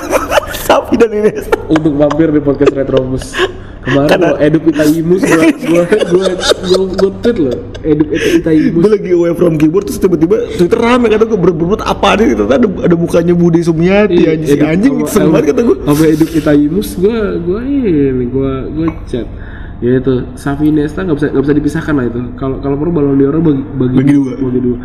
S3: sapi dan ini.
S2: untuk mampir di podcast Retrobus kemarin lo Edup Itaimus gue gue gue gue tweet loh Edup Itaimus
S3: Gue lagi away from keyboard terus tiba-tiba Twitter rame kata gue berbuat apa nih ternyata ada, ada mukanya Budi
S2: Iya,
S3: Sumiati anjing si anjing seneng banget kata gue.
S2: Apa hidup Itaimus gue gue ini gue gue chat. Ya itu Safi Nesta nggak bisa nggak bisa dipisahkan lah itu. Kalau kalau perlu Ballon d'Or bagi, bagi
S3: Bagi dua.
S2: Bagi dua.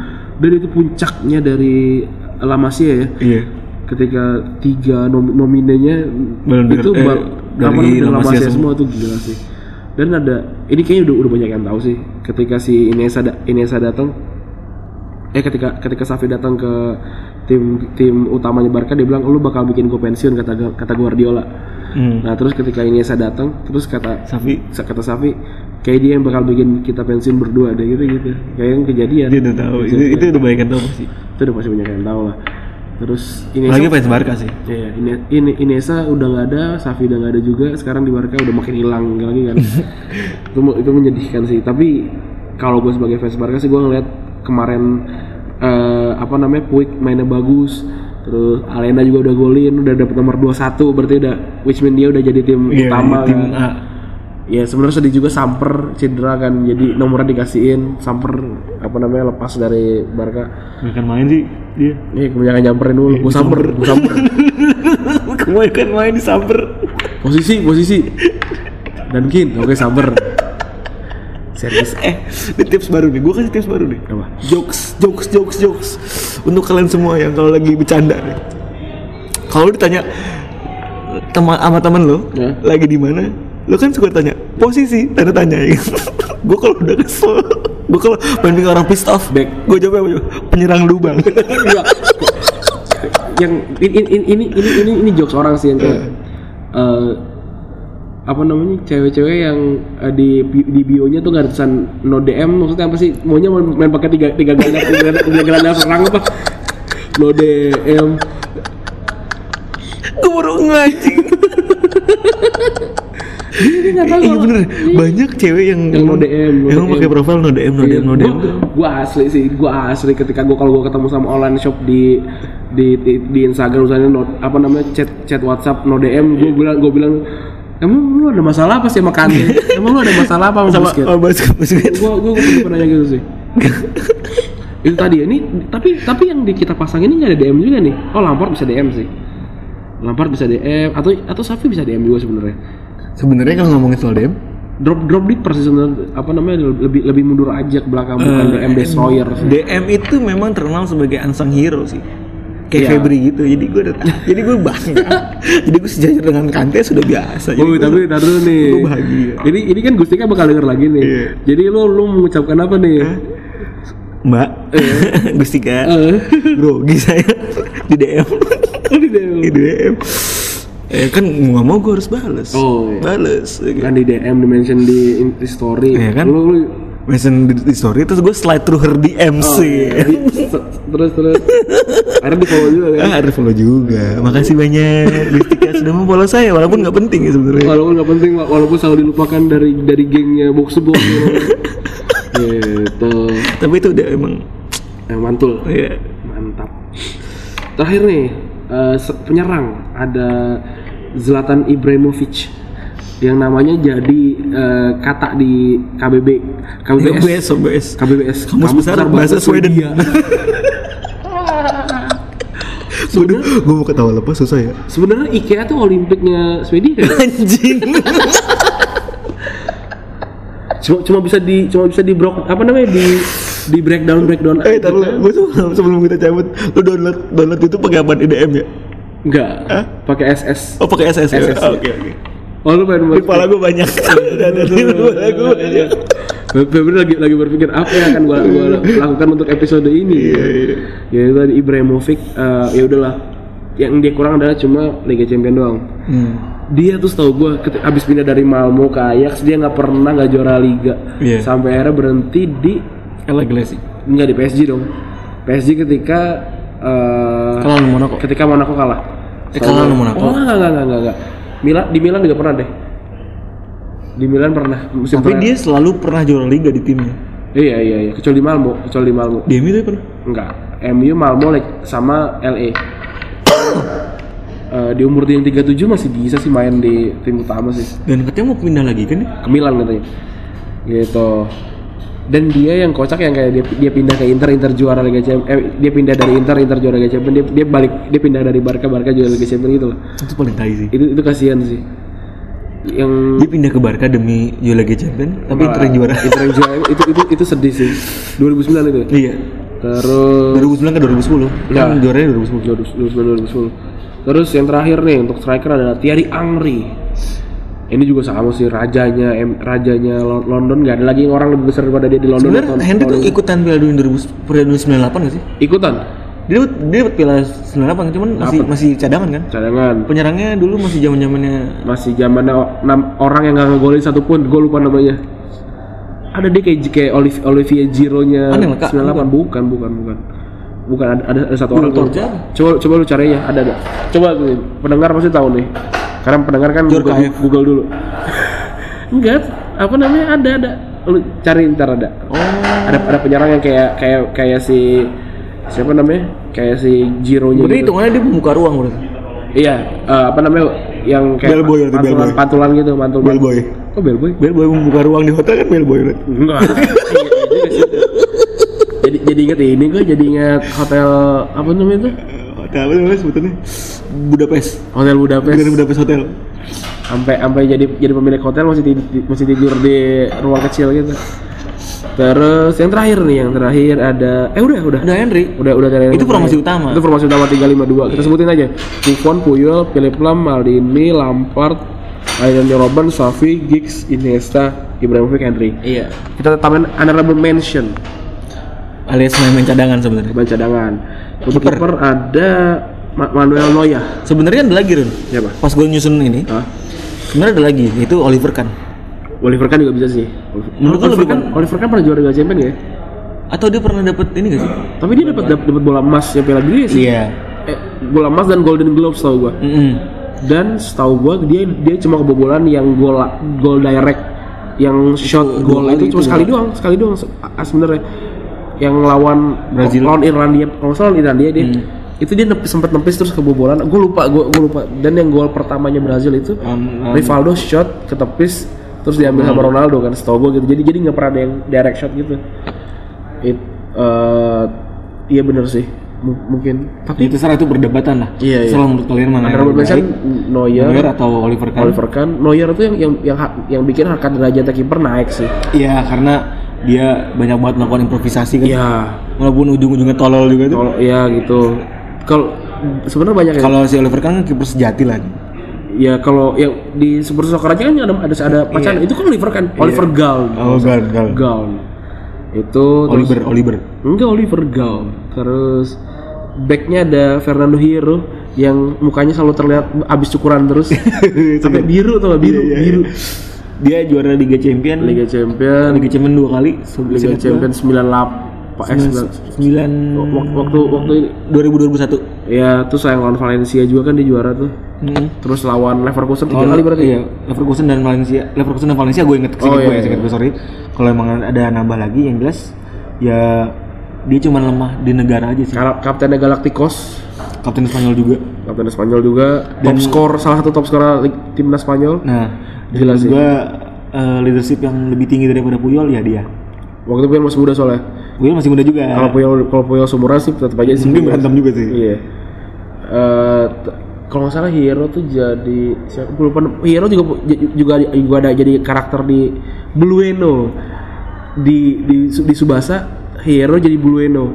S2: Dan itu puncaknya dari La Masia ya.
S3: Iya.
S2: Ketika tiga nom nominenya
S3: Ballon d'Or,
S2: itu
S3: eh,
S2: bal-
S3: dari
S2: apa namanya,
S3: La
S2: La
S3: Masia
S2: Masia semua tuh gila sih. Dan ada ini kayaknya udah udah banyak yang tahu sih. Ketika si Inesa da- Inesa datang eh ketika ketika Safi datang ke tim tim utamanya Barca dia bilang lu bakal bikin gue pensiun kata kata Guardiola.
S3: Hmm.
S2: Nah terus ketika Iniesta datang terus kata
S3: Sapi
S2: kata Safi kayak dia yang bakal bikin kita pensiun berdua deh gitu gitu kayak yang kejadian
S3: dia udah tahu itu, itu udah baik tahu pasti.
S2: itu udah pasti banyak yang tahu lah terus Iniesta
S3: Lagi fans Barca sih.
S2: Iya, ini ini Inesa udah nggak ada, Safi udah nggak ada juga. Sekarang di Barca udah makin hilang nggak lagi kan. itu itu menyedihkan sih. Tapi kalau gue sebagai fans Barca sih gue ngeliat kemarin eh, apa namanya Puig mainnya bagus. Terus Alena juga udah golin, udah dapet nomor 21 berarti udah which mean dia udah jadi tim
S3: Iya,
S2: utama
S3: tim
S2: kan.
S3: A.
S2: Ya sebenarnya sedih juga Samper cedera kan.
S3: Hmm.
S2: Jadi nomornya dikasihin Samper apa namanya lepas dari Barca.
S3: Bukan main sih dia. Iya,
S2: Nih kebanyakan nyamperin dulu. Gue samper, gue samper.
S3: Kebanyakan main di Samper.
S2: posisi posisi dan kin oke sabar servis
S3: Eh, ini tips baru nih. Gue kasih tips baru nih.
S2: apa
S3: jokes jokes jokes jokes untuk kalian semua yang kalau lagi bercanda nih kalau lu ditanya teman sama teman lo
S2: Ya.
S3: lagi di mana lo kan suka tanya posisi tanda tanya ya gue kalau udah kesel gue kalau banding orang pissed off
S2: Back.
S3: gue jawabnya apa? penyerang lubang
S2: Enggak. yang ini ini ini ini ini, ini jokes orang sih yang kayak eh, apa namanya cewek-cewek yang eh, di di bio-nya tuh nggak ada tulisan no DM maksudnya apa sih maunya main, main pakai tiga tiga gelandang tiga gelandang- tiga gelandang serang apa no DM
S3: gue baru ngaji
S2: Ini nggak tahu
S3: iya
S2: kalau-
S3: bener banyak cewek yang
S2: Yang no DM, no
S3: yang
S2: DM.
S3: pakai profil no DM no
S2: Iya,
S3: DM no DM
S2: gua- gua asli sih gua asli ketika gua kalau gua ketemu sama online shop di di di, di Instagram misalnya no- apa namanya chat chat WhatsApp no DM gua bilang gua bilang emang lu ada masalah apa sih sama kantin emang lu ada masalah apa sama,
S3: sama
S2: basket
S3: oh, basket basket
S2: gua gua gua pernah nanya gitu sih itu tadi ya, ini tapi tapi yang di kita pasang ini nggak ada DM juga nih oh Lampard bisa DM sih Lampard bisa DM atau atau Safi bisa DM juga sebenarnya
S3: sebenarnya kalau ngomongin soal DM
S2: drop drop di persis sebenarnya apa namanya lebih lebih mundur aja ke belakang bukan
S3: Eh,
S2: DM destroyer sih.
S3: DM itu memang terkenal sebagai unsung hero sih kayak
S2: Iya.
S3: Febri gitu jadi gue jadi gue bangga jadi gue sejajar dengan Kante sudah biasa jadi
S2: Woi,
S3: gua-
S2: tapi ntar dulu
S3: Gua
S2: nih.
S3: Iya, bahagia.
S2: Ini ini kan Gustika bakal denger lagi nih.
S3: Iya.
S2: Jadi lu lu mengucapkan apa nih?
S3: Mbak
S2: Iya.
S3: Gustika
S2: Eh.
S3: grogi saya di DM di DM eh kan mau nggak mau gue harus bales
S2: Oh, iya.
S3: bales ya kan?
S2: kan di DM di mention di, di story.
S3: Iya kan?
S2: Lu, lu
S3: mention di, di story terus gue slide through her DM sih
S2: di, iya. se- terus terus. Akhirnya di follow juga kan.
S3: Ah, harus follow juga. Makasih banyak Gustika sudah mau follow saya walaupun nggak penting ya sebenarnya.
S2: Walaupun nggak penting, wa- walaupun selalu dilupakan dari dari gengnya box to box. gitu.
S3: Tapi itu udah emang
S2: Yang mantul.
S3: ya
S2: Mantap. Terakhir nih, eh, se- penyerang ada Zlatan Ibrahimovic yang namanya jadi eh, kata di KBB, KBBS,
S3: BS BS.
S2: KBBS,
S3: Kamus besar bahasa Sweden. Waduh, gue mau ketawa lepas susah ya.
S2: Sebenarnya IKEA tuh Olimpiknya Swedia. kan?
S3: Anjing.
S2: cuma, cuma bisa di cuma bisa di brok apa namanya di di breakdown breakdown.
S3: eh, taruh lah. Gue sebelum, sebelum kita cabut, lu download download itu pakai apaan IDM ya?
S2: Enggak,
S3: Hah?
S2: pakai SS.
S3: Oh, pakai SS. ya?
S2: SS,
S3: Ah, Oke, oke.
S2: Oh lu main
S3: Di kepala gue banyak. Udah ada di kepala gue banyak.
S2: Bener lagi lagi berpikir apa yang akan gua, gua lakukan untuk episode ini.
S3: Iya, iya.
S2: ya itu tadi Ibrahimovic eh, ya udahlah yang dia kurang adalah cuma Liga Champion doang
S3: Hmm.
S2: dia tuh setahu gue abis pindah dari Malmo ke Ajax dia nggak pernah nggak juara Liga
S3: Iya.
S2: sampai akhirnya berhenti di
S3: Ella Glassy.
S2: nggak di PSG dong PSG ketika eh,
S3: Kalah lawan Monaco.
S2: ketika Monaco kalah
S3: Eh,
S2: Setahu
S3: kalah
S2: gua-
S3: lawan Monaco.
S2: oh nggak nggak nggak nggak nggak. Milan di Milan juga pernah deh di Milan pernah musim
S3: Tapi
S2: pernah.
S3: dia selalu pernah juara liga di timnya.
S2: iya iya iya kecuali di Malmo kecuali di Malmo
S3: Dia itu pernah.
S2: Enggak, MU Malmo like, sama LA. Eh, di umur dia yang 37 masih bisa sih main di tim utama sih.
S3: Dan katanya mau pindah lagi kan? dia?
S2: Ke Milan katanya. Gitu. Dan dia yang kocak yang kayak dia, dia pindah ke Inter, Inter juara Liga Champions. Eh, dia pindah dari Inter, Inter juara Liga Champions. Dia, dia balik, dia pindah dari Barca, Barca juara Liga Champions gitu loh.
S3: Itu paling tai sih.
S2: Itu itu kasihan sih. Yang
S3: Dia pindah ke Barca demi juara Liga Champion, tapi Inter yang juara.
S2: Inter yang juara itu itu itu sedih sih. 2009 itu.
S3: iya.
S2: Terus
S3: 2009 ke 2010.
S2: Iya.
S3: Kan juaranya 2010.
S2: 2009 2010. Terus yang terakhir nih untuk striker adalah Thierry Angri. Ini juga sama sih rajanya em, rajanya Lo- London nggak ada lagi yang orang lebih besar daripada dia di London.
S3: Sebenarnya
S2: Tahun-
S3: Henry
S2: tahun-
S3: tuh ikutan Piala Dunia 2000 Piala Dunia 98 gak sih?
S2: ikutan
S3: Dia dapat dia dapat Piala 98 cuman masih masih cadangan kan?
S2: cadangan.
S3: Penyerangnya dulu masih zaman-zamannya
S2: Masih zaman orang yang nggak ngegolin satupun, gue lupa namanya. Ada dia kayak kayak Oliv- Olivier Gironya
S3: Anel, Kak?
S2: 98 bukan bukan bukan. Bukan ada, ada, ada satu orang
S3: Bukan
S2: tuh.
S3: Torja.
S2: Coba coba lu cari ya, ada ada. Coba tuh, pendengar pasti tahu nih. Karena pendengar kan
S3: Jor
S2: Google,
S3: KF.
S2: Google dulu. Enggak, apa namanya? Ada ada. Lu cari ntar ada.
S3: Oh.
S2: Ada ada penyerang yang kayak kayak kayak si siapa namanya? Kayak si Gironya
S3: Berarti
S2: gitu.
S3: hitungannya dia pembuka ruang berarti.
S2: Iya, eh, apa namanya? Yang kayak
S3: Bellboy berarti,
S2: pantulan,
S3: bellboy.
S2: pantulan gitu, mantul.
S3: Bellboy.
S2: Kok bellboy? Iya,
S3: Bellboy membuka ruang di hotel kan Bellboy berarti.
S2: Enggak. jadi jadi inget ini gue jadi inget hotel apa namanya itu?
S3: Hotel apa namanya sebutannya? Budapest.
S2: Hotel Iya. Budapest.
S3: Dari Budapest Hotel.
S2: Sampai sampai jadi jadi pemilik hotel masih tid- di- masih tidur di ruang kecil gitu. Terus yang terakhir nih, yang terakhir ada eh udah udah.
S3: Udah Henry.
S2: Udah udah dari
S3: Itu formasi utama. Iya.
S2: Itu formasi utama 352. Kita sebutin aja. Buffon, Puyol, Philip Lam, Maldini, Lampard, Ayan Robben, Xavi, Giggs, Iniesta, Ibrahimovic, Henry.
S3: Iya.
S2: Kita tambahin honorable mention.
S3: Alias main cadangan sebenarnya.
S2: Pemain cadangan. Untuk
S3: Kiper.
S2: kiper ada Ma- Manuel Neuer.
S3: Sebenarnya kan ada lagi Run.
S2: Siapa?
S3: Pas gue nyusun ini,
S2: Hah?
S3: sebenarnya ada lagi itu Oliver kan
S2: Oliver Kahn juga bisa sih.
S3: Menurut lu
S2: Oliver
S3: lebih
S2: Kahn, Oliver Kahn pernah juara Liga Champions ya?
S3: atau dia pernah dapet ini gak sih
S2: Tapi dia dapat dapat bola emas yang Piala Dunia sih.
S3: iya
S2: Eh, gol emas dan Golden Globe setahu gua.
S3: Mm-mm.
S2: Dan setahu gua dia dia cuma kebobolan yang gol gol direct yang shot
S3: dua
S2: gol
S3: kali
S2: itu cuma
S3: itu
S2: sekali
S3: ya?
S2: doang, sekali doang se- a- sebenarnya. Yang lawan
S3: Brazil.
S2: lawan Irlandia, kalau nggak salah lawan Irlandia dia itu dia nep- sempet nempis terus kebobolan. Gue lupa, gue lupa. Dan yang gol pertamanya Brazil itu
S3: Um, um,
S2: Rivaldo shot ke tepis terus diambil sama Ronaldo kan setahu gue gitu jadi jadi nggak pernah ada yang direct shot gitu it eh, iya bener sih M- mungkin
S3: tapi itu itu berdebatan lah.
S2: Iya, iya.
S3: Soal menurut kalian mana yang
S2: Robert
S3: lebih
S2: Wilson
S3: baik? Neuer
S2: Neuer
S3: atau Oliver Kahn?
S2: Oliver Kahn Neuer tuh yang yang yang, ha- yang bikin harga derajat kiper naik sih
S3: Iya, karena dia banyak banget melakukan improvisasi kan.
S2: iya
S3: Walaupun ujung-ujungnya tolol juga itu.
S2: kalau ya gitu kalau sebenarnya banyak ya
S3: Kalau si Oliver Kahn kan kiper sejati lah.
S2: ya kalau ya di Super Soccer aja kan ada ada ada pacaran itu kan Oliver kan Oliver Gaal
S3: Oh, gal, gal.
S2: Gaal itu terus-
S3: Oliver, Oliver.
S2: Enggak Oliver Gaul. Terus backnya ada Fernando Hierro yang mukanya selalu terlihat abis cukuran terus sampai biru tuh biru biru
S3: Dia juara Liga Champion.
S2: Liga Champion
S3: Liga Champion dua kali.
S2: Liga Champion 98 eh,
S3: 9
S2: waktu waktu waktu ini
S3: 2021.
S2: ya terus sayang lawan Valencia juga kan dia juara tuh
S3: Heeh.
S2: terus lawan Leverkusen tiga
S3: Lawan-
S2: kali berarti
S3: iya, Leverkusen dan Valencia. Leverkusen dan Valencia gue inget
S2: Oh,
S3: seinget gue
S2: iya,
S3: ya, seinget
S2: iya.
S3: gue sorry. Kalau emang ada nambah lagi yang jelas ya dia cuma lemah di negara aja sih.
S2: Kap- kaptennya Galacticos
S3: Kapten Spanyol juga.
S2: kapten Spanyol juga top skor salah satu top skor timnas Spanyol
S3: Nah,
S2: Gila
S3: jelas
S2: sih.
S3: juga eh, leadership yang lebih tinggi daripada Puyol ya dia.
S2: waktu itu kan masih muda soalnya
S3: Puyol masih muda juga.
S2: kalau Puyol kalau Puyol seumuran sih tetap aja sih
S3: mungkin berantem juga sih.
S2: Iya. Eh, t- kalau nggak salah Hero tuh jadi siapa gue lupa Hero juga pu- j- juga juga ada jadi karakter di Blueno di di Su- di Subasa Hero jadi Blueno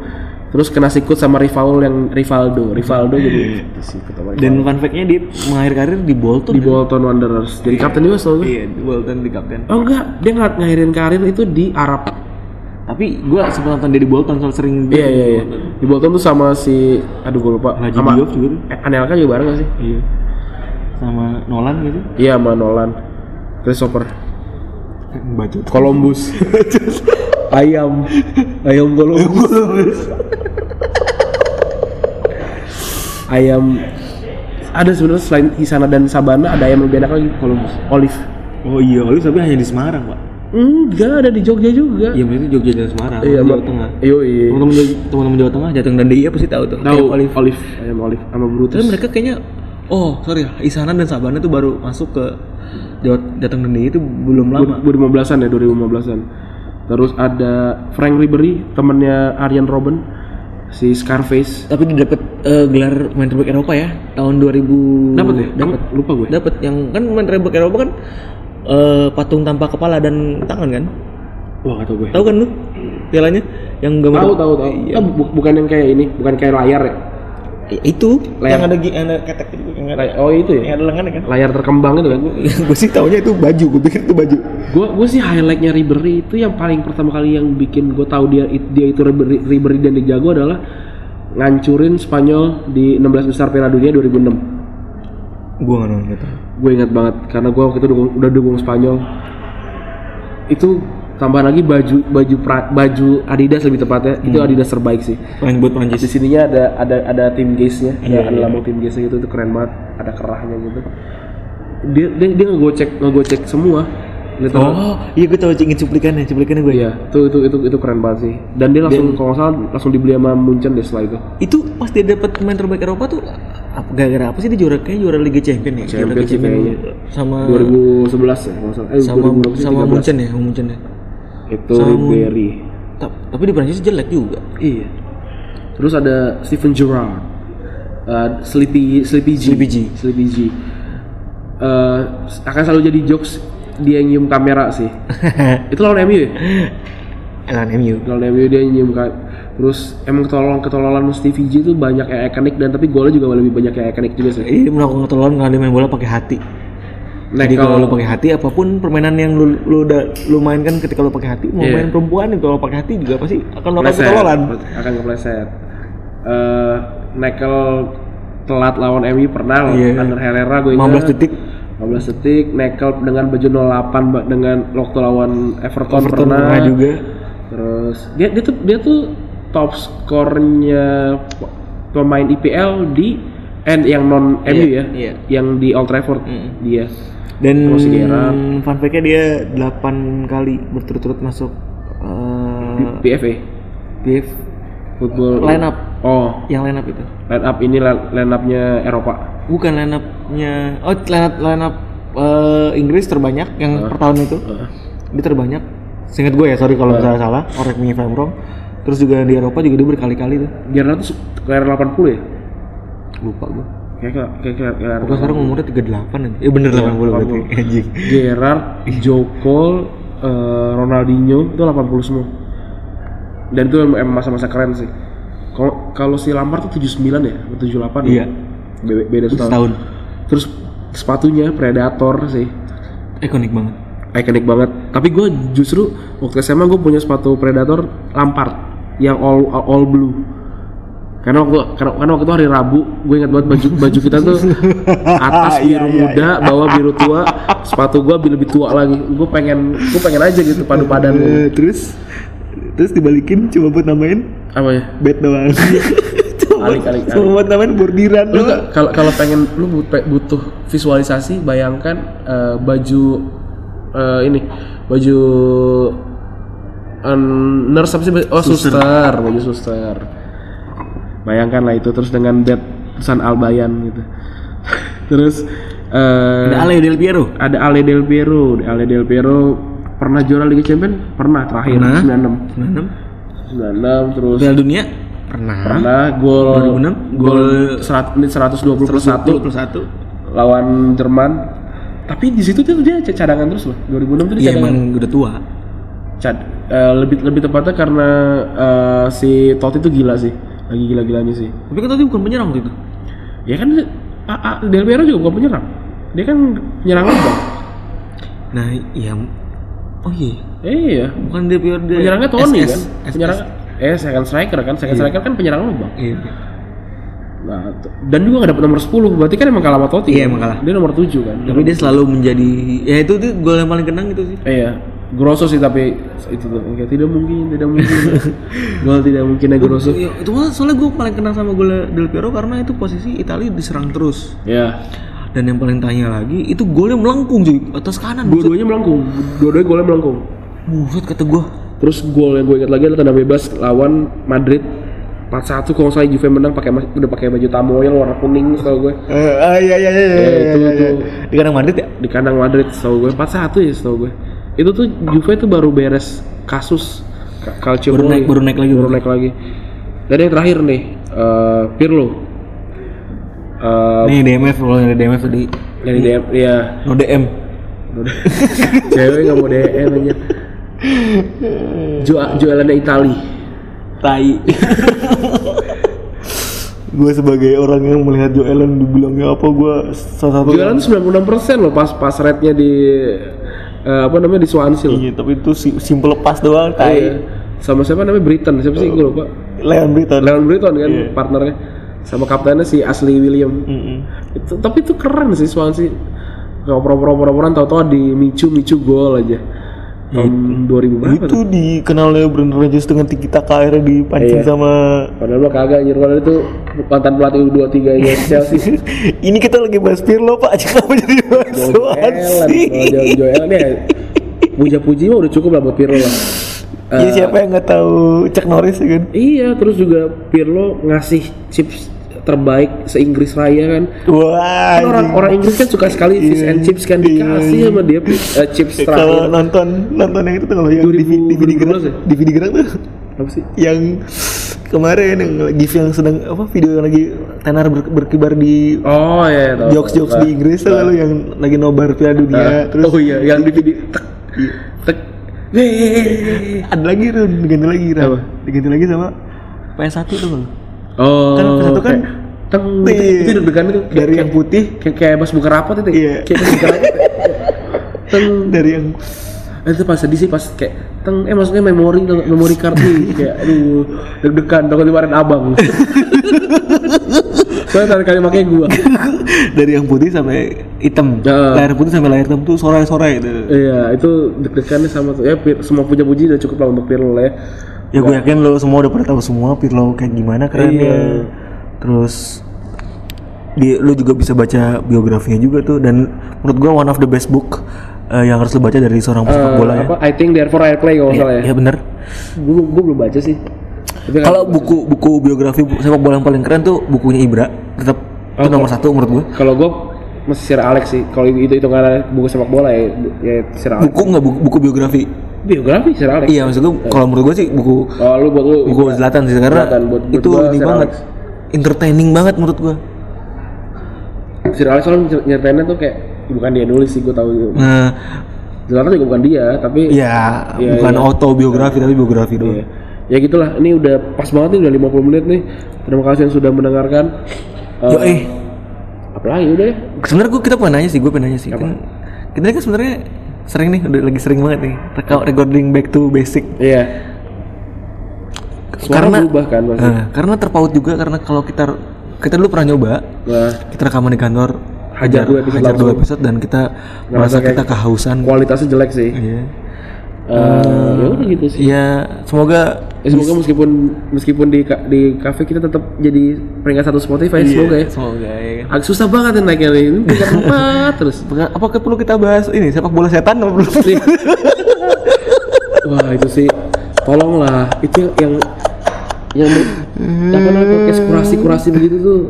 S2: terus kena sikut sama rival yang Rivaldo Rivaldo jadi
S3: Iya,
S2: disikut sama Rivaldo.
S3: Dan fun fact-nya dia mengakhir karir di Bolton.
S2: di Bolton Wanderers jadi kapten juga soalnya
S3: Iya, di Bolton di kapten.
S2: oh enggak dia nggak ngakhirin karir itu di Arab
S3: Tapi gue sempat nonton dia di Bolton soal sering
S2: iya iya iya di Bolton tuh sama si aduh gue lupa
S3: Haji
S2: sama
S3: Diop juga tuh.
S2: Eh, Anelka juga bareng gak sih
S3: Iya. Sama Nolan gitu.
S2: iya sama Nolan Christopher
S3: Baca
S2: Columbus. ayam. Ayam
S3: Oh
S2: Columbus. ayam ada sebenarnya selain Hisana dan Sabana ada ayam lebih enak lagi Columbus. Olive.
S3: Oh iya, Olive tapi hanya di Semarang, Pak.
S2: Enggak, ada di Jogja juga.
S3: Iya, berarti Jogja dan Semarang, Jawa
S2: Mbak.
S3: Tengah.
S2: Iya, iya.
S3: Teman-teman Jawa- teman-teman Jawa Tengah, Jateng dan DIY pasti tahu tuh.
S2: Tahu
S3: Ayam Olive.
S2: Olive, ayam Olive sama Brutus.
S3: Tapi mereka kayaknya oh, sorry, Isana dan Sabana tuh baru masuk ke Jawa Jateng dan DIY itu belum lama.
S2: 2015-an ya, 2015-an. Terus ada Frank Ribery, temennya Aryan Robben, si Scarface.
S3: Tapi dia dapat eh, gelar main terbaik Eropa ya tahun 2000.
S2: Dapat ya?
S3: Dapat.
S2: Lupa gue.
S3: Dapat yang kan main terbaik Eropa kan eh, patung tanpa kepala dan tangan kan?
S2: Wah, kata gue.
S3: Tahu kan lu? Pialanya yang gambar
S2: Tahu tahu tahu.
S3: Iya.
S2: Eh, bu- bukan yang kayak ini, bukan kayak layar ya.
S3: Eh, itu
S2: Layar.
S3: yang ada gi- yang ada ketek itu yang ada
S2: Lay- oh itu ya.
S3: yang ada lengan kan?
S2: Layar terkembang itu kan.
S3: gue sih taunya itu baju, gue pikir itu baju.
S2: Gue gue sih highlightnya Ribery itu yang paling pertama kali yang bikin gue tahu dia dia itu Ribery, Ribery dan dia jago adalah ngancurin Spanyol di 16 besar Piala Dunia 2006.
S3: Gue nggak nonton itu.
S2: Gue ingat banget karena gue waktu itu dukung, udah dukung Spanyol. Itu tambah lagi baju baju pra- baju Adidas lebih tepatnya itu
S3: Hmm.
S2: Adidas terbaik sih.
S3: Paling buat Perancis.
S2: di sininya ada ada ada tim gaze-nya, ada,
S3: Iya,
S2: ada
S3: iya.
S2: lambang tim gaze-nya gitu, itu keren banget, ada kerahnya gitu. Dia dia dia ngegocek ngegocek semua. Lihat orang.
S3: Oh, iya gue tahu inget cuplikannya, cuplikannya gue.
S2: Iya, itu itu itu itu keren banget sih. Dan dia langsung kalau nggak salah langsung dibeli sama Munchen deh setelah itu.
S3: Itu pas dia dapat pemain terbaik Eropa tuh apa gara-gara apa sih dia juara kayak juara Liga Champion ya? Juara
S2: Champion
S3: Liga
S2: sih kayaknya.
S3: sama
S2: 2011 ya kalau nggak salah.
S3: Ah.
S2: Eh,
S3: sama
S2: 2012,
S3: sama
S2: 13.
S3: Munchen ya, sama Munchen ya.
S2: Itu
S3: sama-
S2: Ribery.
S3: Ta- Tapi di Perancis jelek juga.
S2: Iya. Terus ada Steven Gerrard. Eh, Sleepy Sleepy G.
S3: Sleepy G.
S2: Sleepy G. Eh, akan selalu jadi jokes dia yang nyium kamera sih. itu lawan MU ya?
S3: Elan MU.
S2: Lawan MU dia nyium ka- Terus emang ketolong ketololan Stevie G itu banyak yang ikonik dan tapi golnya juga lebih banyak yang ikonik juga sih.
S3: Iya melakukan ketololan kalau dia main bola pakai hati.
S2: Nah,
S3: Jadi kalau
S2: kalau
S3: lo pakai hati apapun permainan yang lu lu, udah- lu mainkan ketika lo pakai hati, mau
S2: Iya.
S3: main perempuan kalau pakai hati juga pasti akan melakukan
S2: Kepleset,
S3: ketololan.
S2: akan kepleset. Eh, Nekel telat lawan MU pernah lawan
S3: Iya.
S2: Under Herrera gue
S3: 15 detik
S2: 15 detik Nekel dengan baju 08 Mbak, dengan waktu lawan Everton,
S3: Everton
S2: pernah.
S3: pernah juga.
S2: Terus dia dia tuh dia tuh top skornya pemain IPL di eh yang non MU
S3: Iya,
S2: ya,
S3: iya.
S2: yang di Old Trafford
S3: Mm.
S2: dia.
S3: Dan
S2: Masih di era.
S3: fun fact-nya dia 8 kali berturut-turut masuk eh,
S2: PFA,
S3: BF
S2: football
S3: Line up.
S2: Oh,
S3: yang line up itu.
S2: line up ini la- line upnya Eropa.
S3: Bukan line up-nya. Oh, line up line up eh, Inggris terbanyak yang per tahun itu.
S2: Heeh.
S3: Dia terbanyak. Seingat gue ya, sorry kalau misalnya salah, correct me if I'm wrong. Terus juga di Eropa juga dia berkali-kali tuh.
S2: Gerrard tuh kelahiran 80 ya?
S3: Lupa gue.
S2: Kayak kayak kayak kelahiran.
S3: Pokoknya sekarang umurnya 38 nanti. Ya bener 80 berarti. Anjing.
S2: Gerard, Jokol, eh, Ronaldinho itu 80 semua. Dan itu em- emang masa-masa keren sih. Kalau- Kalau si Lampard tuh 79 ya, atau 78
S3: Iya.
S2: ya? Be- beda setahun.
S3: Setahun.
S2: Terus sepatunya Predator sih.
S3: Ikonik banget.
S2: Ikonik banget. Tapi gue justru waktu SMA gue punya sepatu Predator Lampard yang all all, all blue. Karena waktu karena, karena waktu itu hari Rabu, gue ingat banget baju baju kita tuh atas biru muda, bawah biru tua, sepatu gue lebih tua lagi. Gue pengen gue pengen aja gitu padu padan.
S3: Eh, terus terus dibalikin cuma buat namain
S2: Apa ya?
S3: bed doang cuma,
S2: Alik, alik,
S3: cuma buat namain bordiran
S2: Lu
S3: doang.
S2: nggak- kalau kalau pengen lu but- butuh visualisasi, bayangkan eh, baju eh, ini baju eh, nurse apa sih? Oh, suster. baju suster. Bayangkan lah itu terus dengan bed tulisan Albayan gitu. terus eh,
S3: ada Ale Del Piero
S2: ada Ale Del Piero, Ale Del Piero pernah juara Liga Champions? Pernah terakhir
S3: Pernah. 96
S2: 96. 96 terus
S3: Piala Dunia pernah
S2: pernah gol
S3: 2006,
S2: gol
S3: gol
S2: 100 menit 120 plus 1
S3: plus satu
S2: lawan Jerman. Tapi di situ tuh dia cadangan terus loh. 2006 tuh dia
S3: iya
S2: cadangan.
S3: emang udah tua
S2: Cad- eh, lebih lebih tepatnya karena eh, si Totti tuh gila sih. Lagi gila-gilanya sih.
S3: tapi kan tadi bukan penyerang waktu itu
S2: Ya kan A- A- Del Piero juga bukan penyerang. Dia kan penyerang lambang.
S3: nah iya oh iya
S2: Eh, iya.
S3: bukan Del Piero dia
S2: Penyerangnya Tony
S3: SS.
S2: kan. Penyerang eh second striker kan. Second striker kan penyerang lambang.
S3: iya
S2: Nah, t- dan juga gak dapet nomor 10. Berarti kan emang kalah sama Totti.
S3: Iya,
S2: kan?
S3: emang kalah.
S2: Dia nomor 7 kan.
S3: tapi dia selalu menjadi ya itu tuh gol yang paling kenang itu sih
S2: Eh, Iya, Grosso sih tapi itu tuh Oke, tidak mungkin, tidak mungkin. Gol tidak mungkin ya Grosso.
S3: Ya, itu mah soalnya gue paling kenang sama gol Del Piero karena itu posisi Italia diserang terus
S2: Ya,
S3: dan yang paling tanya lagi itu golnya melengkung cuy atas kanan
S2: dua-duanya melengkung, dua-duanya golnya melengkung.
S3: buset kata gue
S2: Terus gol yang gue ingat lagi adalah tanda bebas lawan Madrid 4-1 kalau saya Juve menang pakai mas- udah pakai baju tamoyang warna kuning setahu gue
S3: ah iya iya iya
S2: iya, iya, iya.
S3: di kandang Madrid ya
S2: di kandang Madrid setahu gue 4-1 ya setahu gue itu tuh Juve tuh baru beres kasus Ka- Calcio
S3: Baru naik-
S2: Poli.
S3: baru naik lagi,
S2: baru
S3: berarti.
S2: naik lagi dan yang terakhir nih eh, Pirlo Eh,
S3: nih DMF kalau ada DMF di
S2: yang di DM ya
S3: no DM
S2: cewek nggak mau DM aja Ju jualannya Itali
S3: tai gue sebagai orang yang melihat Joe Allen dibilangnya apa gue salah satu
S2: jualan 96 persen loh pas pas rate-nya di eh, apa namanya di Swansea loh
S3: Iya, tapi itu si- simple lepas doang
S2: Iya. sama siapa namanya Britain siapa sih gue lupa
S3: Leon Britton
S2: Leon Britain kan
S3: Iya.
S2: partnernya sama kaptennya si Ashley William
S3: Mm-mm.
S2: itu, tapi itu keren sih Swansea kalau pro-pro-pro-proan tau-tau di micu micu gol aja tahun 2000 berapa
S3: Iya. itu
S2: tuh?
S3: dikenalnya Bruno Rodgers dengan Tiki Taka akhirnya dipancing
S2: Iya.
S3: sama
S2: padahal mah kagak anjir padahal itu mantan pelatih U23 nya ya, Chelsea
S3: ini kita lagi bahas Pirlo pak jangan jadi bahas
S2: Joel
S3: Swansea.
S2: Joel nih puja-puji mah udah cukup lah buat Pirlo lah.
S3: Iya siapa yang nggak tahu Chuck Norris ya kan?
S2: Iya, terus juga Pirlo ngasih chips terbaik se-Inggris Raya kan.
S3: Wah,
S2: Kan
S3: anjing.
S2: orang
S3: Iya,
S2: orang Inggris kan suka sekali fish and chips kan dikasih sama dia eh, chips
S3: kalau
S2: terakhir.
S3: nonton nonton yang itu tuh kalau yang
S2: 2000
S3: DVD gerak,
S2: 2012 ya?
S3: DVD gerak tuh
S2: Apa sih?
S3: yang kemarin yang gif yang sedang apa video yang lagi tenar ber- berkibar di
S2: Oh iya, tahu.
S3: jokes jokes di Inggris tuh lalu yang lagi nobar Piala Dunia
S2: Nah,
S3: terus Iya.
S2: oh iya, yang di video tek tek.
S3: ada lagi tuh diganti lagi Ran.
S2: iya. Apa?
S3: diganti lagi sama PS1 tuh kan
S2: Oh.
S3: Kan satu kan-
S2: kayak teng
S3: Iya.
S2: itu, itu deg-degan itu kayak-
S3: dari yang
S2: kayak-
S3: putih
S2: kayak kayak pas buka rapot itu.
S3: Iya.
S2: Kayak pas buka rapot. Teng
S3: dari yang
S2: Eh, itu pas sedih sih pas kayak teng eh maksudnya memori memori card nih kayak aduh deg-degan tau kemarin abang soalnya tadi kali makanya gua
S3: dari yang putih sampai hitam
S2: Nah.
S3: layar putih sampai layar hitam tuh sore sore itu
S2: iya itu deg-degannya sama tuh ya Pir- semua puja puji udah cukup lah untuk Pirlo lah ya
S3: ya gue yakin lo semua udah pernah tahu semua Pirlo kayak gimana kerennya
S2: Iya.
S3: terus di lu juga bisa baca biografinya juga tuh dan menurut gua one of the best book eh, yang harus lu baca dari seorang pesepak bola ya.
S2: Eh, apa I think therefore I play kalau nggak salah ya.
S3: Iya bener.
S2: Gue gue belum baca sih. Tapi kan-
S3: Kalau buku buku biografi bu- sepak bola yang paling keren tuh bukunya Ibra tetap itu nomor satu menurut gua.
S2: kalau gue masih Sir Alex sih. Kalau itu itu karena buku sepak bola ya, ya Sir Alex.
S3: Buku nggak buku, buku biografi?
S2: Biografi Sir Alex.
S3: Iya maksud gua kalau menurut gua sih buku
S2: Oh, lu buat lu
S3: buku Zlatan sih karena
S2: Zlatan, buat- buat
S3: itu
S2: gua
S3: ini
S2: Sir
S3: banget
S2: Alex.
S3: entertaining banget menurut gua.
S2: Sir Alex soalnya nyer- nyeritainnya tuh kayak bukan dia nulis sih gue tahu.
S3: Nah,
S2: Zlatan juga bukan dia, tapi
S3: ya
S2: Iya,
S3: bukan
S2: iya.
S3: autobiografi tapi biografi doang.
S2: Iya. Ya gitulah, ini udah pas banget nih udah 50 menit nih. Terima kasih yang sudah mendengarkan.
S3: Yo, eh,
S2: Apalagi udah ya.
S3: sebenarnya gue kita pengen nanya sih, gue pengen nanya sih. Kan, kita kan sebenarnya sering nih, udah lagi sering banget nih rekam recording back to basic.
S2: Iya. Suara
S3: Karena-
S2: berubah kan pasti.
S3: Nah, karena terpaut juga karena kalau kita kita dulu pernah nyoba,
S2: Nah,
S3: kita rekaman di kantor,
S2: Hajar dua episode
S3: hajar dua
S2: langsung.
S3: episode dan kita merasa
S2: kayak-
S3: kita kehausan.
S2: kualitasnya jelek sih.
S3: Iya,
S2: Eh, ya udah gitu sih.
S3: Iya, semoga
S2: Ya, semoga meskipun meskipun di ka- di kafe kita tetap jadi peringkat satu Spotify semoga ya.
S3: semoga ya. kan.
S2: Agak susah banget yang naiknya nih. Ini peringkat empat terus.
S3: Apakah- Apakah perlu kita bahas ini sepak bola setan atau belum?
S2: Nih. Wah itu sih tolonglah itu yang yang, yang apa namanya podcast kurasi kurasi begitu tuh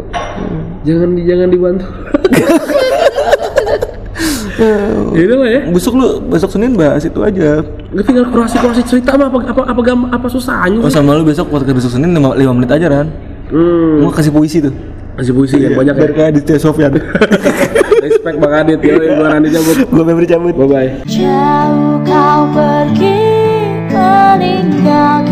S2: jangan di- jangan dibantu. ya udah lah ya.
S3: Besok lu besok Senin bahas itu aja.
S2: Gak tinggal kurasi kurasi cerita mah apa apa apa gam- apa susahnya?
S3: Oh
S2: sih?
S3: sama lu besok podcast besok Senin 5 menit aja kan.
S2: Hmm,
S3: Mau kasih puisi tuh.
S2: masih puisi yang banyak ya.
S3: Biar kayak di Tia Sofyan.
S2: Respect Bang Adit, yo, gue Randi cabut.
S3: Gue memberi cabut.
S2: Bye bye.
S4: Jauh kau pergi meninggalkan